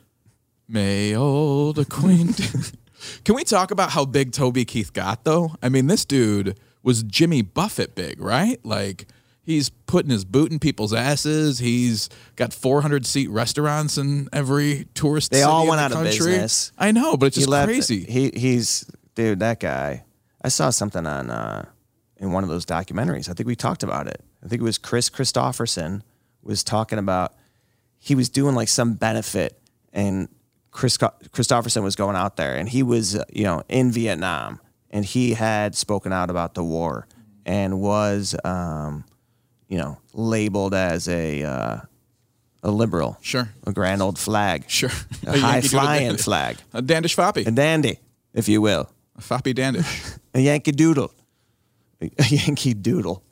May old acquaintance. Can we talk about how big Toby Keith got though? I mean, this dude was Jimmy Buffett big, right? Like he's putting his boot in people's asses. He's got 400 seat restaurants in every tourist. They city all in went the out of country. business. I know, but it's he just left- crazy. He he's dude, that guy. I saw something on uh, in one of those documentaries. I think we talked about it. I think it was Chris Christopherson was talking about he was doing like some benefit and Chris Christopherson was going out there and he was uh, you know in Vietnam and he had spoken out about the war and was um, you know labeled as a uh, a liberal Sure. a grand old flag Sure. a high Yankee doodle flying dandy. flag A Uh, dandish a foppy. dandy, if you will, A foppy dandish. a Yankee Doodle, a Yankee Doodle.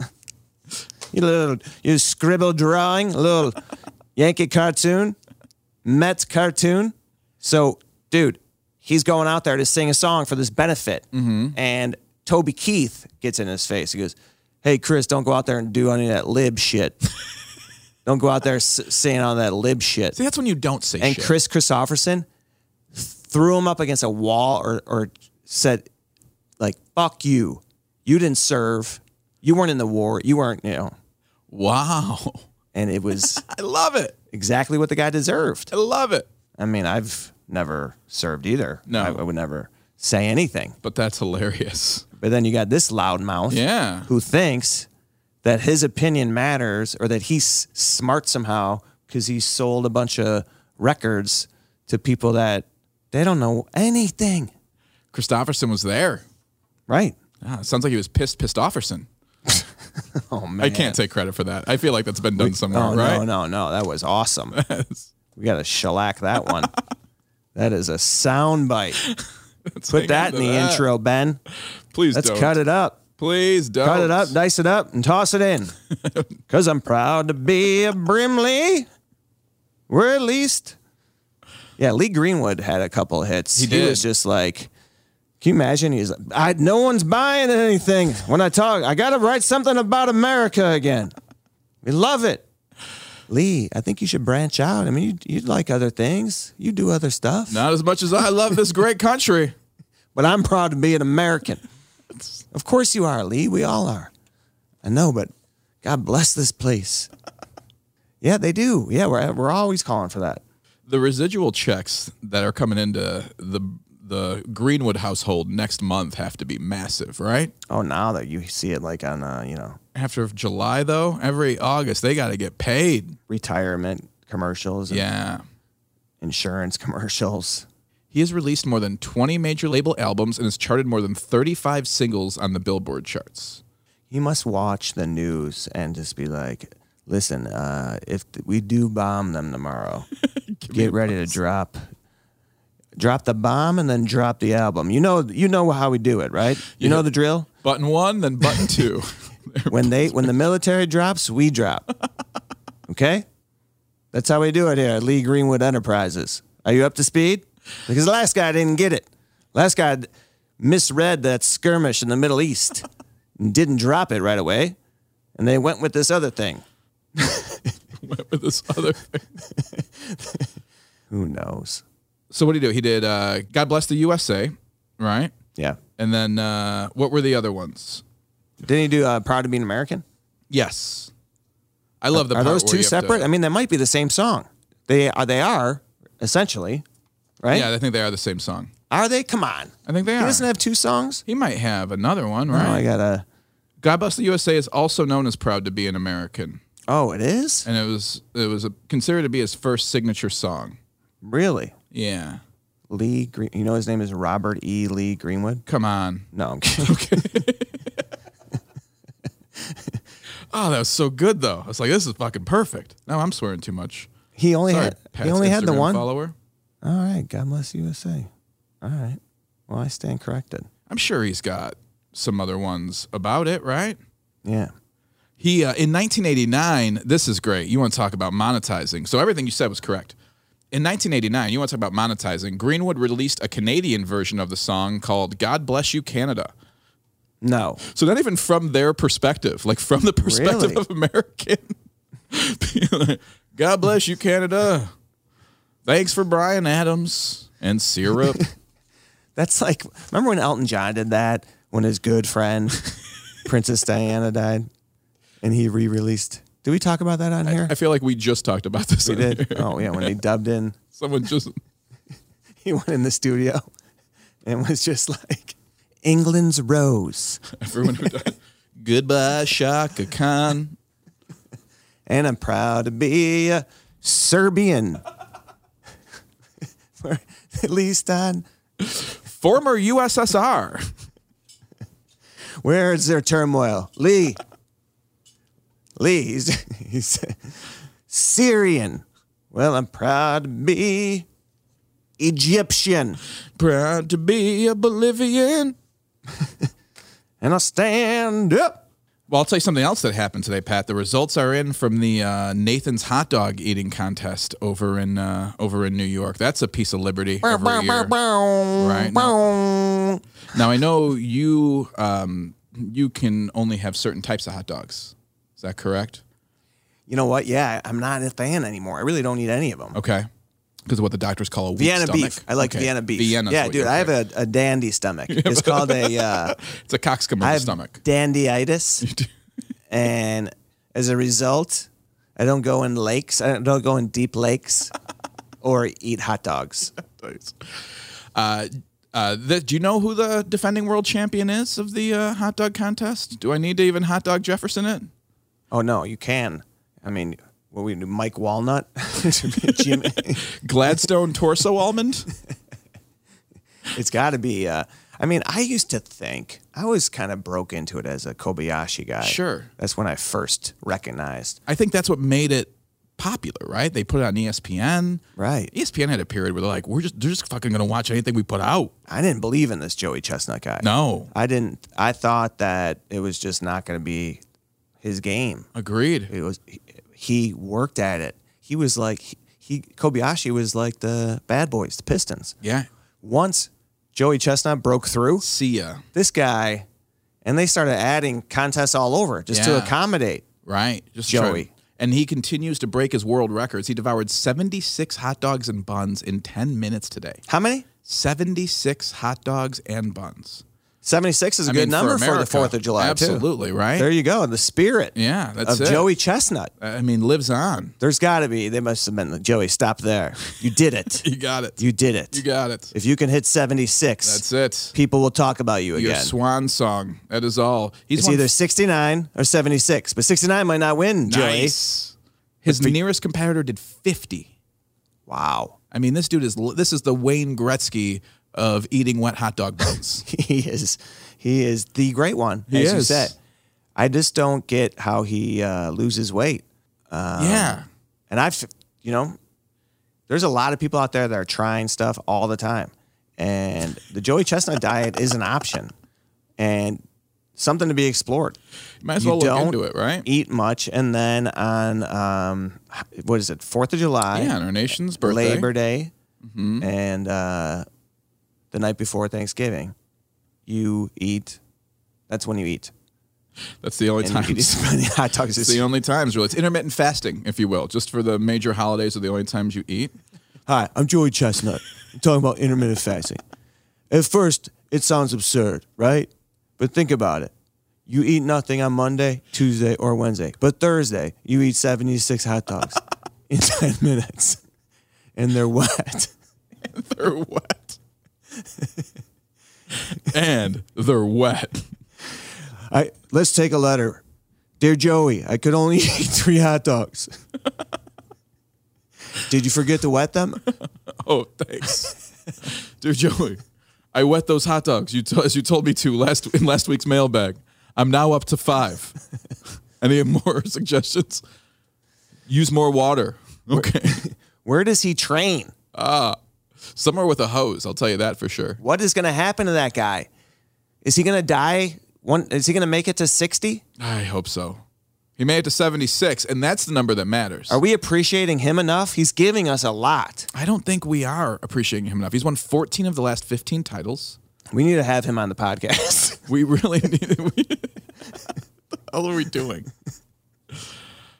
you little, you scribble drawing, little Yankee cartoon, Mets cartoon. So, dude, he's going out there to sing a song for this benefit, and Toby Keith gets in his face. He goes, "Hey, Chris, don't go out there and do any of that lib shit." Don't go out there s- saying all that lib shit See, that's when you don't say and shit. Chris Christopherson threw him up against a wall or, or said, like, fuck you. You didn't serve. You weren't in the war. You weren't, you know. wow. And it was I love it. exactly what the guy deserved. I love it. I mean, I've never served either. No. I, I would never say anything. But that's hilarious. But then you got this loudmouth Yeah. who thinks that his opinion matters or that he's smart somehow because he sold a bunch of records to people that they don't know anything. Christopherson was there. Right. Ah, sounds like he was pissed, pissed offerson. Oh man. I can't take credit for that. I feel like that's been done somewhere, Oh right? no, no, no. That was awesome. we gotta shellac that one. that is a sound bite. Let's Put hang that in on to the that. intro, Ben. Please Let's don't. cut it up. Please don't. Cut it up, dice it up, and toss it in. Cause I'm proud to be a Brimley. We're at least Yeah, Lee Greenwood had a couple hits. He, did. was just like can you imagine? He's like, I, no one's buying anything when I talk. I got to write something about America again. We love it. Lee, I think you should branch out. I mean, you, you like other things, you do other stuff. Not as much as I love this great country. But I'm proud to be an American. Of course you are, Lee. We all are. I know, but God bless this place. Yeah, they do. Yeah, we're, we're always calling for that. The residual checks that are coming into the the Greenwood household next month have to be massive, right? Oh, now that you see it like on, uh, you know, After July though, every August they got to get paid. retirement commercials and Yeah. insurance commercials. He has released more than 20 major label albums and has charted more than 35 singles on the Billboard charts. you must watch the news and just be like, listen, uh, if th- we do bomb them tomorrow, get ready to drop, drop the bomb and then drop the album. You know, you know how we do it, right? You know the drill. Button 1, then button 2. When they, when the military drops, we drop. Okay, that's how we do it here at Lee Greenwood Enterprises. Are you up to speed? Because the last guy didn't get it. Last guy misread that skirmish in the Middle East and didn't drop it right away, and they went with this other thing. Went with this other thing. Who knows? So what did he do? He did uh, God Bless the USA, right? Yeah. And then uh, what were the other ones? Didn't he do uh, Proud to Be an American? Yes. I love the Are part those where two you have separate? to- I mean, they might be the same song. They are. They are essentially, right? yeah, I think they are the same song. Are they? Come on. I think they He are. doesn't have two songs. he might have another one, Oh, I right? gotta God Bless the USA is also known as Proud to Be an American, Oh, it is? and it was it was a, considered to be his first signature song. Really? Yeah, Lee Green. You know his name is Robert E. Lee Greenwood? come on. No, I'm kidding. Oh, that was so good though. I was like, this is fucking perfect. No, I'm swearing too much. He only Sorry, had Pat's he only had the Instagram one. follower. All right, God bless USA. All right. Well, I stand corrected. I'm sure he's got some other ones about it, right? Yeah. He uh, in 1989. This is great. You want to talk about monetizing? So everything you said was correct. In 1989, you want to talk about monetizing? Greenwood released a Canadian version of the song called "God Bless You Canada." No. So not even from their perspective, like from the perspective Really? of American. Being like, God bless you, Canada. Thanks for Brian Adams and syrup. That's like remember when Elton John did that when his good friend Princess Diana died and he re-released. Did we talk about that on here? I feel like we just talked about this. we did. Oh yeah, when they dubbed in, Someone just he went in the studio and was just like England's rose. everyone who died. Goodbye, Shaka Khan. and I'm proud to be a Serbian. Or At least on Former USSR. where is their turmoil? Lee. Lee, he's, he's Syrian. Well, I'm proud to be Egyptian. Proud to be a Bolivian. And I'll stand up. Well, I'll tell you something else that happened today, Pat. The results are in from the uh, Nathan's hot dog eating contest over in uh, over in New York. That's a piece of liberty every year. Right. Bow. Now I know you um, you can only have certain types of hot dogs. Is that correct? You know what? Yeah, I'm not a fan anymore. I really don't eat any of them. Okay. Because what the doctors call a weak Vienna stomach. beef. I like Okay. Vienna beef. Vienna's yeah, what dude. you're- I have a, a dandy stomach. It's called a uh, It's a cockscomb of I the have stomach. dandyitis, and as a result, I don't go in lakes. I don't go in deep lakes or eat hot dogs. Uh, uh, th- do you know who the defending world champion is of the uh, hot dog contest? Do I need to even hot dog Jefferson it? Oh no, you can. I mean, what we do, Mike Walnut, Jim. Gladstone torso almond. It's got to be. Uh, I mean, I used to think I was kind of broke into it as a Kobayashi guy. Sure. that's when I first recognized. I think that's what made it popular, right? They put it on E ESPN. Right. ESPN had a period where they're like, we're just they're just fucking gonna watch anything we put out. I didn't believe in this Joey Chestnut guy. No. I didn't. I thought that it was just not going to be his game. Agreed. It was. He, he worked at it. He was like he, Kobayashi was like the Bad Boys, the Pistons. Yeah. Once Joey Chestnut broke through, See ya. this guy, and they started adding contests all over just to Yeah. accommodate. Right. Just Joey. try- And he continues to break his world records. He devoured 76 hot dogs and buns in 10 minutes today. How many? 76 hot dogs and buns. Seventy six is a I good mean, number for, the America. Fourth of July. too. Absolutely, right? There you go. The spirit. yeah, that's Of it. Joey Chestnut. I mean, lives on. There's got to be. They must have been. Joey, stop there. You did it. You got it. You did it. You got it. if you can hit 76, That's it. people will talk about you Your again. swan song. That is all. He's it's won either 69 or 76, but 69 might not win, Joey. Nice. His nearest competitor did 50. Wow. I mean, this dude is this is the Wayne Gretzky of eating wet hot dog buns. He is he is the great one, He as you is. said. I just don't get how he uh, loses weight. Um, yeah. And I've, you know, there's a lot of people out there that are trying stuff all the time. And the Joey Chestnut diet is an option and something to be explored. Might as you well look don't into it, right? eat much. And then on, um, what is it, Fourth of July, Yeah, on our nation's birthday. Mm-hmm. Labor Day, and uh, the night before Thanksgiving, you eat. That's when you eat. That's the only And time. you eat as many hot dogs It's as the you only times, really. It's intermittent fasting, if you will. Just for the major holidays are the only times you eat. Hi, I'm Joey Chestnut. I'm talking about intermittent fasting. At first, it sounds absurd, right? But think about it. You eat nothing on Monday, Tuesday, or Wednesday. But Thursday, you eat 76 hot dogs in 10 minutes. And they're wet. They're wet. and they're wet. I let's take a letter. Dear Joey, I could only eat three hot dogs. Did you forget to wet them? Oh, thanks, dear Joey. I wet those hot dogs you t- as you told me to last in last week's mailbag. I'm now up to five. Any more suggestions? Use more water. Okay, Where does he train? somewhere with a hose. I'll tell you that for sure. What is going to happen to that guy? Is he going to die? One is he going to make it to 60? I hope so. He made it to 76, and that's the number that matters. Are we appreciating him enough? He's giving us a lot. I don't think we are appreciating him enough. He's won 14 of the last 15 titles. We need to have him on the podcast. We really need. We, the hell are we doing?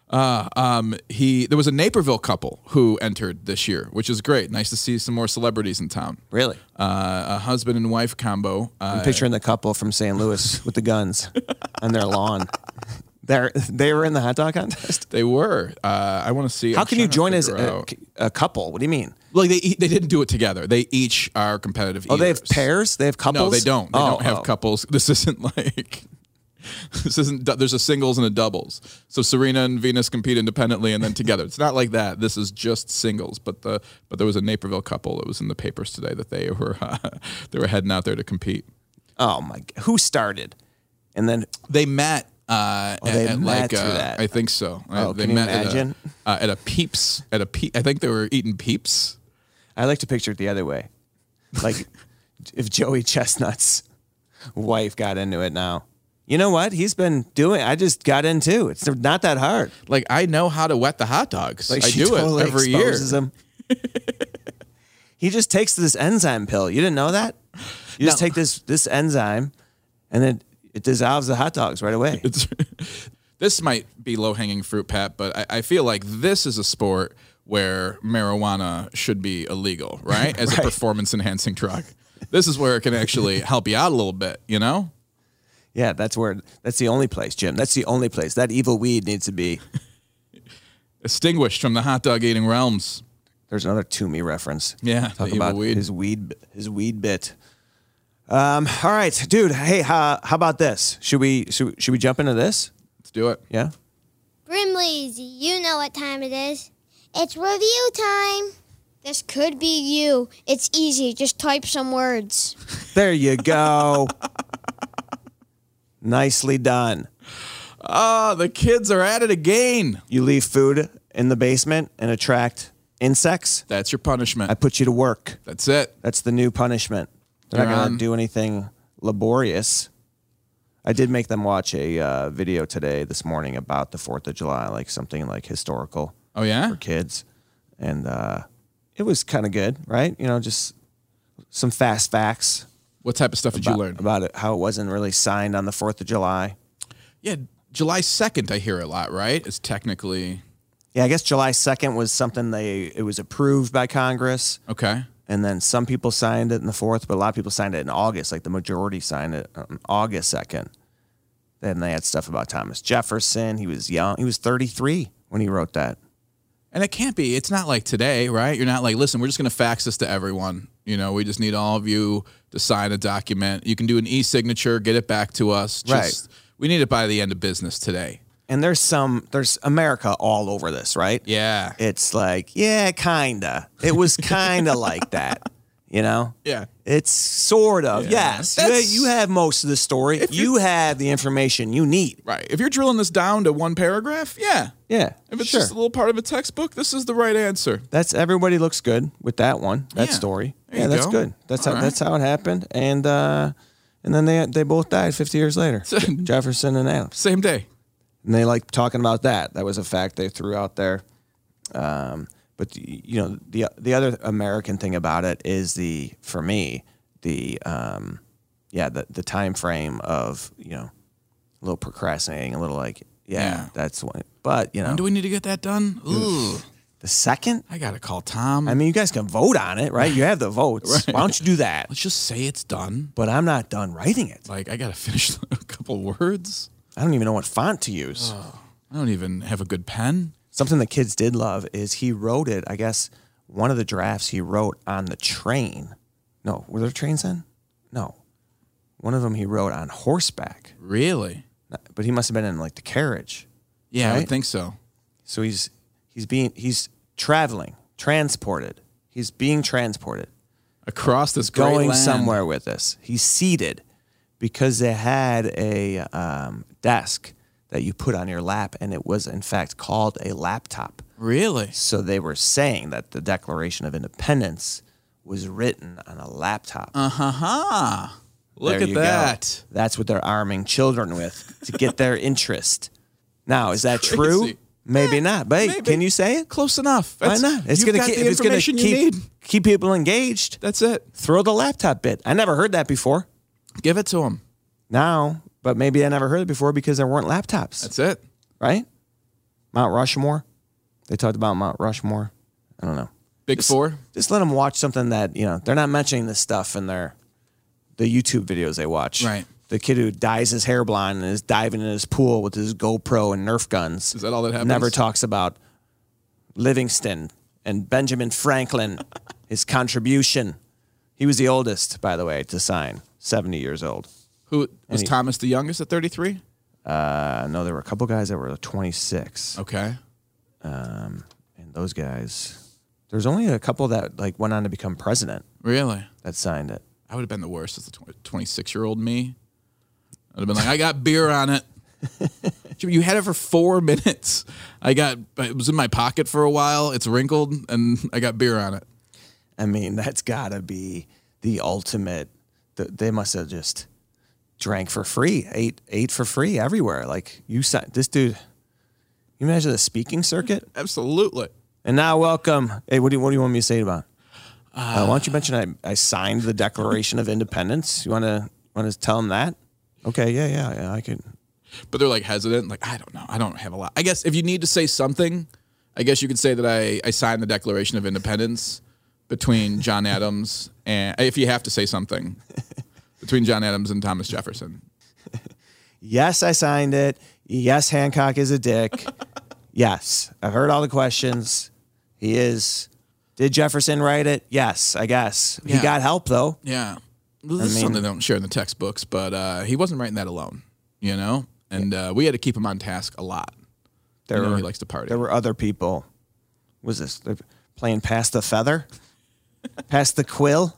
Uh, um, he there was a Naperville couple who entered this year, which is great. Nice to see some more celebrities in town. really? Uh, a husband and wife combo. Uh, I'm picturing the couple from St. Louis with the guns on their lawn. They're, they were in the hot dog contest. they were. Uh, I want to see. How I'm can you trying join to as figure a, out- a couple? What do you mean? like they e- they didn't do it together. They each are competitive. Oh, they have pairs? They have couples? No, they don't. They Oh, don't have oh. couples. This isn't like this isn't. du- There's a singles and a doubles. So Serena and Venus compete independently and then together. It's not like that. This is just singles. But the but there was a Naperville couple that was in the papers today that they were uh, they were heading out there to compete. Oh, my. g- Who started? And then They met. Uh, at, Oh, they at met like through uh, that. I think so. Oh, they can you met at a- imagine? uh, at a Peeps at a Pe- I think they were eating Peeps. I like to picture it the other way. Like if Joey Chestnut's wife got into it now. You know what? He's been doing I just got into. It's not that hard. Like I know how to wet the hot dogs. Like I she do totally it every year. exposes him. he just takes this enzyme pill. You didn't know that? You just No. take this this enzyme and then it dissolves the hot dogs right away. It's this might be low hanging fruit, Pat, but I, I feel like this is a sport where marijuana should be illegal, right? As a performance enhancing drug. This is where it can actually help you out a little bit, you know? Yeah, that's where that's the only place, Jim. That's the only place. That evil weed needs to be Extinguished from the hot dog eating realms. There's another Toomey reference. Yeah, the talk evil about weed. his weed, his weed bit. Um, all right, dude. Hey, how, how about this? Should we should, we- should we jump into this? Let's do it. Yeah. Brimley's, you know what time it is. It's review time. This could be you. It's easy. Just type some words. There you go. Nicely done. Ah, the kids are at it again. You leave food in the basement and attract insects. That's your punishment. I put you to work. That's it. That's the new punishment. They're They're not going on. to do anything laborious. I did make them watch a uh, video today, this morning, about the Fourth of July, like something like historical. Oh, yeah? for kids, and uh, it was kind of good, right? You know, just some fast facts What type of stuff did you learn? about it, how it wasn't really signed on the Fourth of July. Yeah, July 2nd, I hear a lot, right? It's technically. Yeah, I guess July second was something they it was approved by Congress, Okay. and then some people signed it in the fourth, but a lot of people signed it in August. Like the majority signed it on August second. Then they had stuff about Thomas Jefferson. He was young. He was thirty three when he wrote that. And it can't be. It's not like today, right? You're not like, listen, we're just going to fax this to everyone. You know, we just need all of you to sign a document. You can do an e-signature, get it back to us. Just, We need it by the end of business today. And there's some there's America all over this, right? Yeah. it's like, yeah, kinda. It was kinda like that, you know. Yeah. It's sort of Yeah. yes. That's- You, you have most of the story. You have the information you need. Right. If you're drilling this down to one paragraph, yeah. Yeah, If it's sure. just a little part of a textbook, this is the right answer. that's everybody looks good with that one. That Yeah. story. There yeah, you that's go. good. That's All how right. that's how it happened. And uh, and then they they both died 50 years later. Je- Jefferson and Adams. Same day. and they like talking about that. That was a fact they threw out there. Um, but you know, the the other American thing about it is the for me the um, yeah the the time frame of you know a little procrastinating, a little like yeah, Yeah. that's when. But you know, When do we need to get that done? Ooh. the second. I got to call Tom. I mean, you guys can vote on it, right? You have the votes. Why don't you do that? Let's just say it's done. But I'm not done writing it. Like, I got to finish a couple words. I don't even know what font to use. I don't even have a good pen. Something the kids did love is he wrote it. I guess one of the drafts he wrote on the train. No, were there trains then? No. One of them he rode on horseback, Really? but he must have been in like the carriage. Yeah, I Right? would think so. So he's he's being he's traveling, transported. He's being transported, Across this great going land. somewhere with this. He's seated because they had a um, desk that you put on your lap, and it was in fact called a laptop. Really? So they were saying that the Declaration of Independence was written on a laptop. Uh huh. Look There at you go. that. That's what they're arming children with to get their interest. Now, is that true? crazy. Maybe not. But hey, maybe. can you say it? Close enough. Why That's- not? It's you've gonna got keep, the if it's gonna information you keep need. keep people engaged. That's it. Throw the laptop bit. I never heard that before. Give it to him. Now, but maybe I never heard it before because there weren't laptops, That's it. right? Mount Rushmore. They talked about Mount Rushmore. I don't know. Big four. Just let them watch something that you know they're not mentioning this stuff in their the YouTube videos they watch. Right. The kid who dyes his hair blonde and is diving in his pool with his GoPro and Nerf guns. Is that all that happens? never talks about Livingston and Benjamin Franklin, his contribution. He was the oldest, by the way, to sign, 70 years old. Who was Any- Thomas the youngest at 33? Uh, no, there were a couple guys that were 26, Okay. and those guys, there's only a couple that like went on to become president Really? that signed it. I would have been the worst as the 26 year old me. I'd have been like, I got beer on it. Jimmy, you had it for four minutes. I got it was in my pocket for a while. It's wrinkled, and I got beer on it. I mean, that's gotta be the ultimate. th they must have just drank for free, ate ate for free everywhere. Like you, si- this dude. You imagine the speaking circuit. Absolutely. And now, welcome. Hey, what do you, what do you want me to say about? it? Uh, why don't you mention I, I signed the Declaration of Independence? You want to want to tell them that? Okay, yeah, yeah, yeah. I could. But they're like hesitant. Like I don't know. I don't have a lot. I guess if you need to say something, I guess you could say that I I signed the Declaration of Independence between John Adams and if you have to say something between John Adams and Thomas Jefferson. Yes, I signed it. Yes, Hancock is a dick. yes, I've heard all the questions. He is. Did Jefferson write it? Yes, I guess he Yeah. got help though. Yeah. Well, this is mean- something they don't share in the textbooks, but uh, he wasn't writing that alone, you know? And uh, we had to keep him on task a lot. There you know, were he likes to party. there were other people. What Was this They're playing past the feather, past the quill?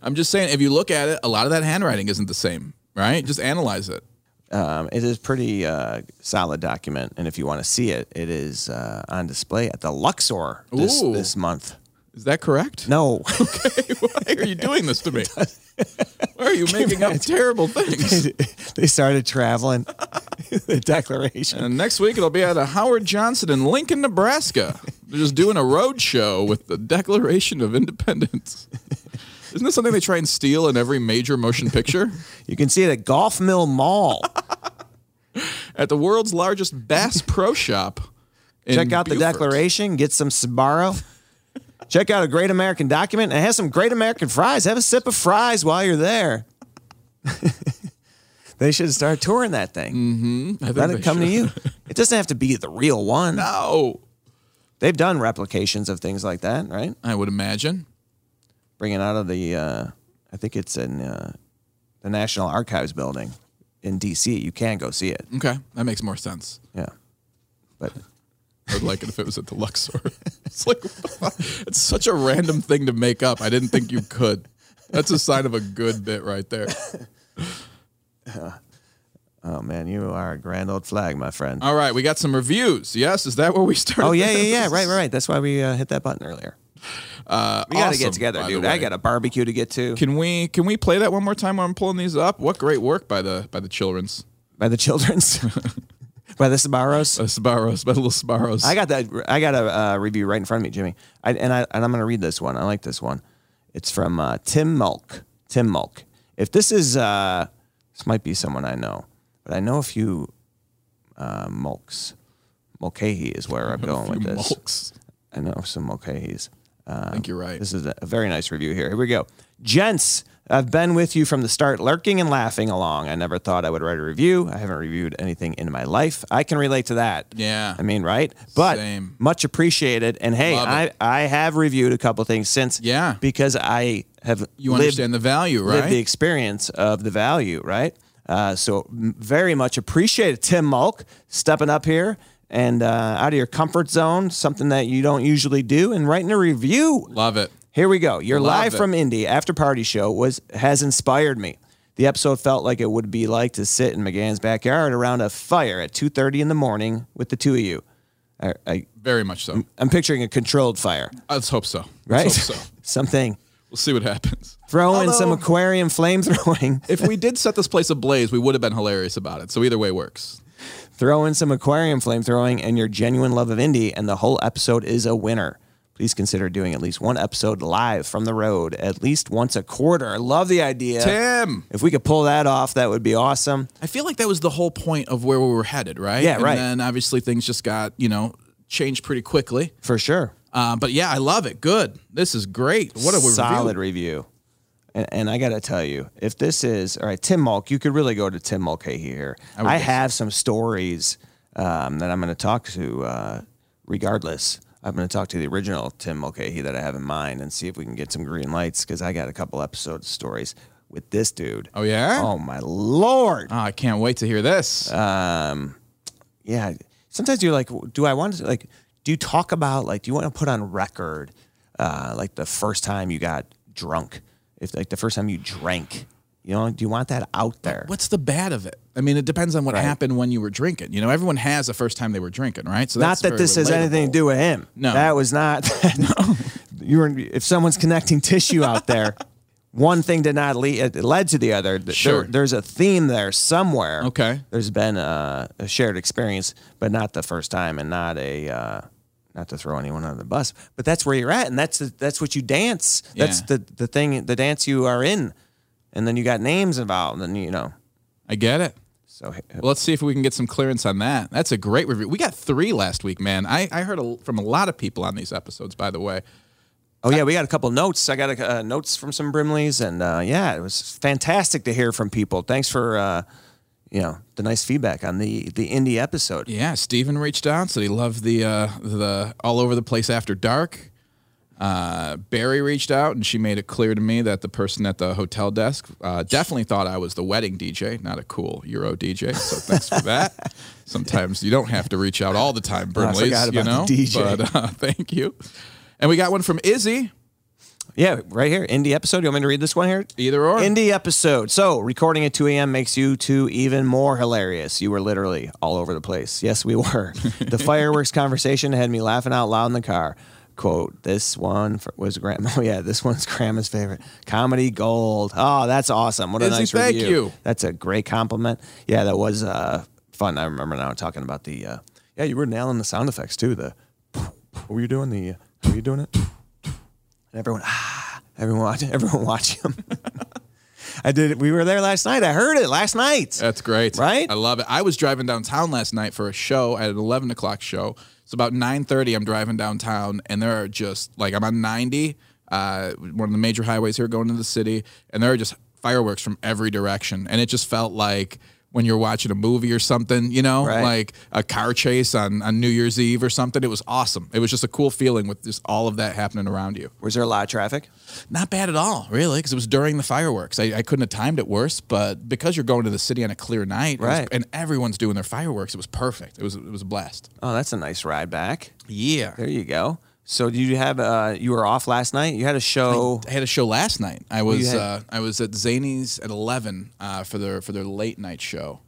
I'm just saying, if you look at it, a lot of that handwriting isn't the same, right? Just analyze it. Um, it is pretty uh, solid document, and if you want to see it, it is uh, on display at the Luxor this, Ooh. this month. Is that correct? No, Why are you doing this to me? Why are you making up terrible things? they started traveling. the Declaration. And next week it'll be at a Howard Johnson in Lincoln, Nebraska. They're just doing a road show with the Declaration of Independence. Isn't this something they try and steal in every major motion picture? You can see it at Golf Mill Mall. at the world's largest Bass Pro Shop. in Check out the Beaufort. Declaration. Get some Sbarro. Check out a Great American Document and have some Great American Fries. Have a sip of fries while you're there. they should start touring that thing. I think Let Mm, they it come to should. you. It doesn't have to be the real one. Oh, They've done replications of things like that, right? I would imagine. Bringing out of the, uh, I think it's in uh, the National Archives building in D.C. You can go see it. Okay, that makes more sense. Yeah, but I would like it if it was at the Luxor. It's like it's such a random thing to make up. I didn't think you could. That's a sign of a good bit right there. oh man, you are a grand old flag, my friend. All right, we got some reviews. Yes, is that where we started? Oh yeah, yeah, this? yeah. Right, right, right. That's why we uh, hit that button earlier. Uh, We got to awesome, get together, by the dude. I way. got a barbecue to get to Can we can we play that one more time while I'm pulling these up? What great work by the by the children's by the childrens, by the Sbarros. uh, Sparrows by the little Sparrows. I got that. I got a uh, review right in front of me, Jimmy. I, and I and I'm gonna read this one. I like this one. It's from uh, Tim Mulk. Tim Mulk. If this is uh, this might be someone I know, but I know a few uh, Mulks. Mulcahy is where I'm going with this. Mulks. I know some Mulcahy's. I think you're right. Um, This is a very nice review here. Here we go. Gents, I've been with you from the start, lurking and laughing along. I never thought I would write a review. I haven't reviewed anything in my life. I can relate to that. Yeah. I mean, right? But Same. much appreciated. And hey, Love I, it. I have reviewed a couple things since. Yeah. Because I have You lived, understand the value, lived right? the experience of the value, right? Uh, so m- very much appreciated Tim Mulk stepping up here and uh, out of your comfort zone, something that you don't usually do, and writing a review. Love it. Here we go. Your Love live it. from Indy after party show was has inspired me. The episode felt like it would be like to sit in McGann's backyard around a fire at 2:30 in the morning with the two of you. I, I, Very much so. I'm picturing a controlled fire, Let's hope so. Mm. right? Let's hope so. Something. We'll see what happens. Throw in some Although- aquarium flame throwing. If we did set this place ablaze, we would have been hilarious about it. So either way works. Throw in some aquarium flame throwing and your genuine love of indie, and the whole episode is a winner. Please consider doing at least one episode live from the road at least once a quarter. I love the idea. Tim, If we could pull that off, that would be awesome. I feel like that was the whole point of where we were headed, right? Yeah, and right. And then obviously things just got, you know, changed pretty quickly. For sure. Uh, but yeah, I love it. Good. This is great. What a review. solid review. And, and I got to tell you, if this is all right, Tim Mulk, you could really go to Tim Mulkey here. would I, guess have some stories um, that I'm going to talk to. Uh, regardless, I'm going to talk to the original Tim Mulcahy that I have in mind and see if we can get some green lights because I got a couple episode stories with this dude. Oh, yeah? Oh my lord. Ah, I can't wait to hear this. Uh, yeah. Sometimes you're like, do I want to like? Do you talk about like? Do you want to put on record, uh, like the first time you got drunk, if like the first time you drank, you know? Do you want that out there? What's the bad of it? I mean, it depends on what happened when you were drinking. You know, everyone has the first time they were drinking, right? So not that very this has anything relatable. to do with him. No. that was not. you were. If someone's connecting tissue out there, one thing did not lead. It led to the other. Th- there- Sure. there's a theme there somewhere. Okay. There's been a, a shared experience, but not the first time, and not a. Uh, not to throw anyone under the bus, but that's where you're at, and that's the, that's what you dance. That's Yeah. the the thing, the dance you are in, and then you got names involved, and you know. I get it. So Well, let's see if we can get some clearance on that. That's a great review. We got three last week, man. I, I heard a, from a lot of people on these episodes, by the way. Oh yeah, we got a couple notes. I got a, uh, notes from some Brimleys, and uh, yeah, it was fantastic to hear from people. Thanks for uh, you know the nice feedback on the the indie episode. Yeah, Steven reached out, said he loved the uh, the all over the place after dark. Uh, Barry reached out, and she made it clear to me that the person at the hotel desk uh, definitely thought I was the wedding DJ, not a cool Euro DJ. So thanks for that. Sometimes you don't have to reach out all the time, I Brimley's. forgot you know, about the DJ. But, uh, thank you. And we got one from Izzy. Yeah, right here, indie episode. You want me to read this one here? Either or. Indie episode. So recording at 2 a.m. makes you two even more hilarious. You were literally all over the place. Yes, we were. the fireworks conversation had me laughing out loud in the car. Quote, this one for, was grandma. Oh, yeah, this one's grandma's favorite. Comedy gold. Oh, that's awesome. What a Izzy, nice thank review. you. That's a great compliment. Yeah, that was uh, fun. I remember now talking about the, uh, yeah, you were nailing the sound effects too. The, were you doing the, uh, were you doing it? And everyone, ah, everyone watch, everyone watch him. I did. it. We were there last night. I heard it last night. That's great. Right? I love it. I was driving downtown last night for a show at an eleven o'clock show. It's about nine thirty. I'm driving downtown, and there are just like I'm on ninety, uh, one of the major highways here going into the city, and there are just fireworks from every direction, and it just felt like when you're watching a movie or something, you know, Right. like a car chase on on New Year's Eve or something. It was awesome. It was just a cool feeling with just all of that happening around you. was there a lot of traffic? Not bad at all, really, because it was during the fireworks. I, I couldn't have timed it worse, but because you're going to the city on a clear night, it was- Right. and everyone's doing their fireworks, it was perfect. It was it was a blast. Oh, that's a nice ride back. Yeah, There you go. So did you have? Uh, you were off last night. You had a show. I had a show last night. I was had- uh, I was at Zany's at eleven uh, for their for their late night show.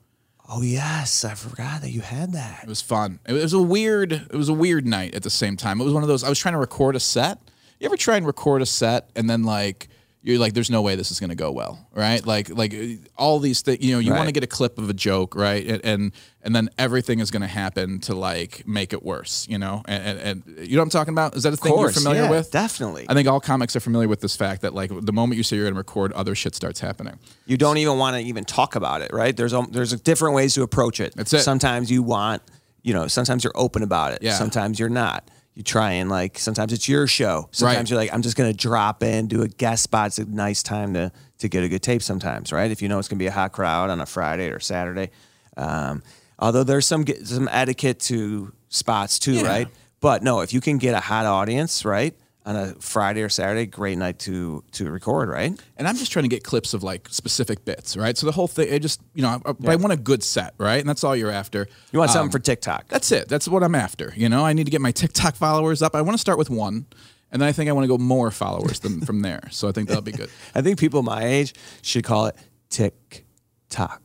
Oh yes, I forgot that you had that. It was fun. It was a weird it was a weird night at the same time. It was one of those I was trying to record a set. You ever try and record a set and then like you're like there's no way this is going to go well, right? Like like uh, all these things, you know, you want to Right. get a clip of a joke, right? And and, and then everything is going to happen to like make it worse, you know? And, and and you know what I'm talking about? Is that a thing course, you're familiar yeah, with? definitely. I think all comics are familiar with this fact that like the moment you say you're going to record, other shit starts happening. You don't even want to even talk about it, right? There's um, there's different ways to approach it. That's it. Sometimes you want, you know, sometimes you're open about it. Yeah. Sometimes you're not. you try and like sometimes it's your show. Sometimes Right. you're like, I'm just gonna drop in, do a guest spot. It's a nice time to to get a good tape sometimes, right? If you know it's gonna be a hot crowd on a Friday or Saturday. Um, although there's some ge- some etiquette to spots too, Yeah. right? But no, if you can get a hot audience, right, on a Friday or Saturday, great night to to record, right? and I'm just trying to get clips of like specific bits, right? So the whole thing, I just you know, I, I- but I want a good set, right? And that's all you're after. You want Um, something for TikTok. That's it. That's what I'm after. You know, I need to get my TikTok followers up. I want to start with one, and then I think I want to go more followers than from there. So I think that'll be good. I think people my age should call it tick tock.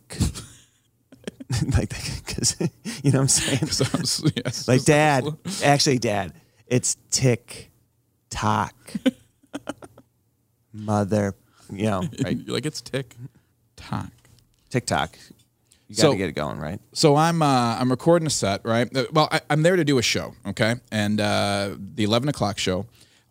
like, because you know what I'm saying? So, yes. Like, dad, actually, dad, it's tick tock. Mother, you know, right? You're like it's tick tock. Tick tock. You got to So- get it going, right? So I'm uh, I'm recording a set, right? Uh, Well, I, I'm there to do a show, okay, and uh, the 11 o'clock show.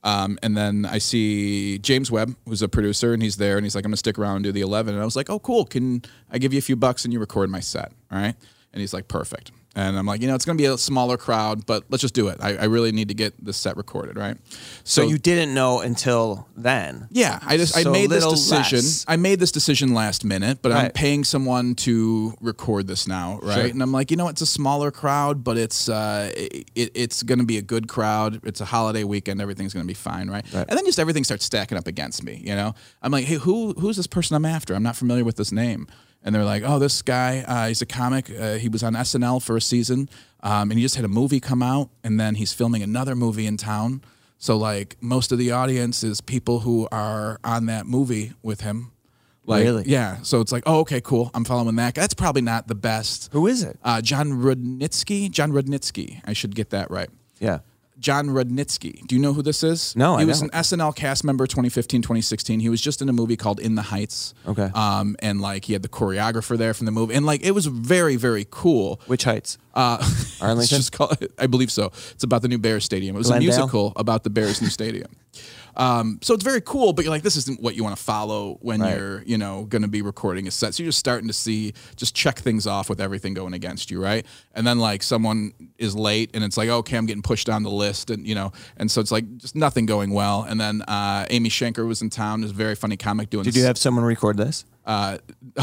Um, and then I see James Webb, who's a producer, and he's there, and he's like, "I'm gonna stick around and do the 11." And I was like, "Oh, cool! Can I give you a few bucks and you record my set?" All right? And he's like, "Perfect." And I'm like, "You know, it's gonna be a smaller crowd, but let's just do it. I, I really need to get this set recorded, right?" So you didn't know until then. Yeah, I just So I made this little decision. less. I made this decision last minute, but I'm Right. paying someone to record this now, right? Sure. And I'm like, you know, it's a smaller crowd, but it's uh, it, it's going to be a good crowd. It's a holiday weekend, everything's going to be fine, right? Right. And then just everything starts stacking up against me, you know. I'm like, hey, who who's this person I'm after? I'm not familiar with this name. And they're like, oh, this guy, uh, he's a comic. Uh, he was on SNL for a season, um, and he just had a movie come out, and then he's filming another movie in town. So like most of the audience is people who are on that movie with him. Like, Really? Yeah. So it's like, oh, okay, cool. I'm following that. guy. That's probably not the best. Who is it? Uh, John Rudnitsky. John Rudnitsky. I should get that right. Yeah. John Rudnitsky. Do you know who this is? No, I He was don't. an SNL cast member 2015, 2016. He was just in a movie called In the Heights. Okay. Um, and like he had the choreographer there from the movie. And like it was very, very cool. Which heights? Uh, it's Arlington? just called, I believe so. It's about the new Bears stadium. It was Glendale? a musical about the Bears new stadium. Um, so it's very cool, but you're like, this isn't what you want to follow when Right. you're, you know, going to be recording a set. So you're just starting to see, just check things off with everything going against you, right? And then like someone is late, and it's like, "Oh, okay, I'm getting pushed on the list, and you know, and so it's like just nothing going well. And then uh, Amy Schenker was in town, is a very funny comic doing. Did you have someone record this? uh,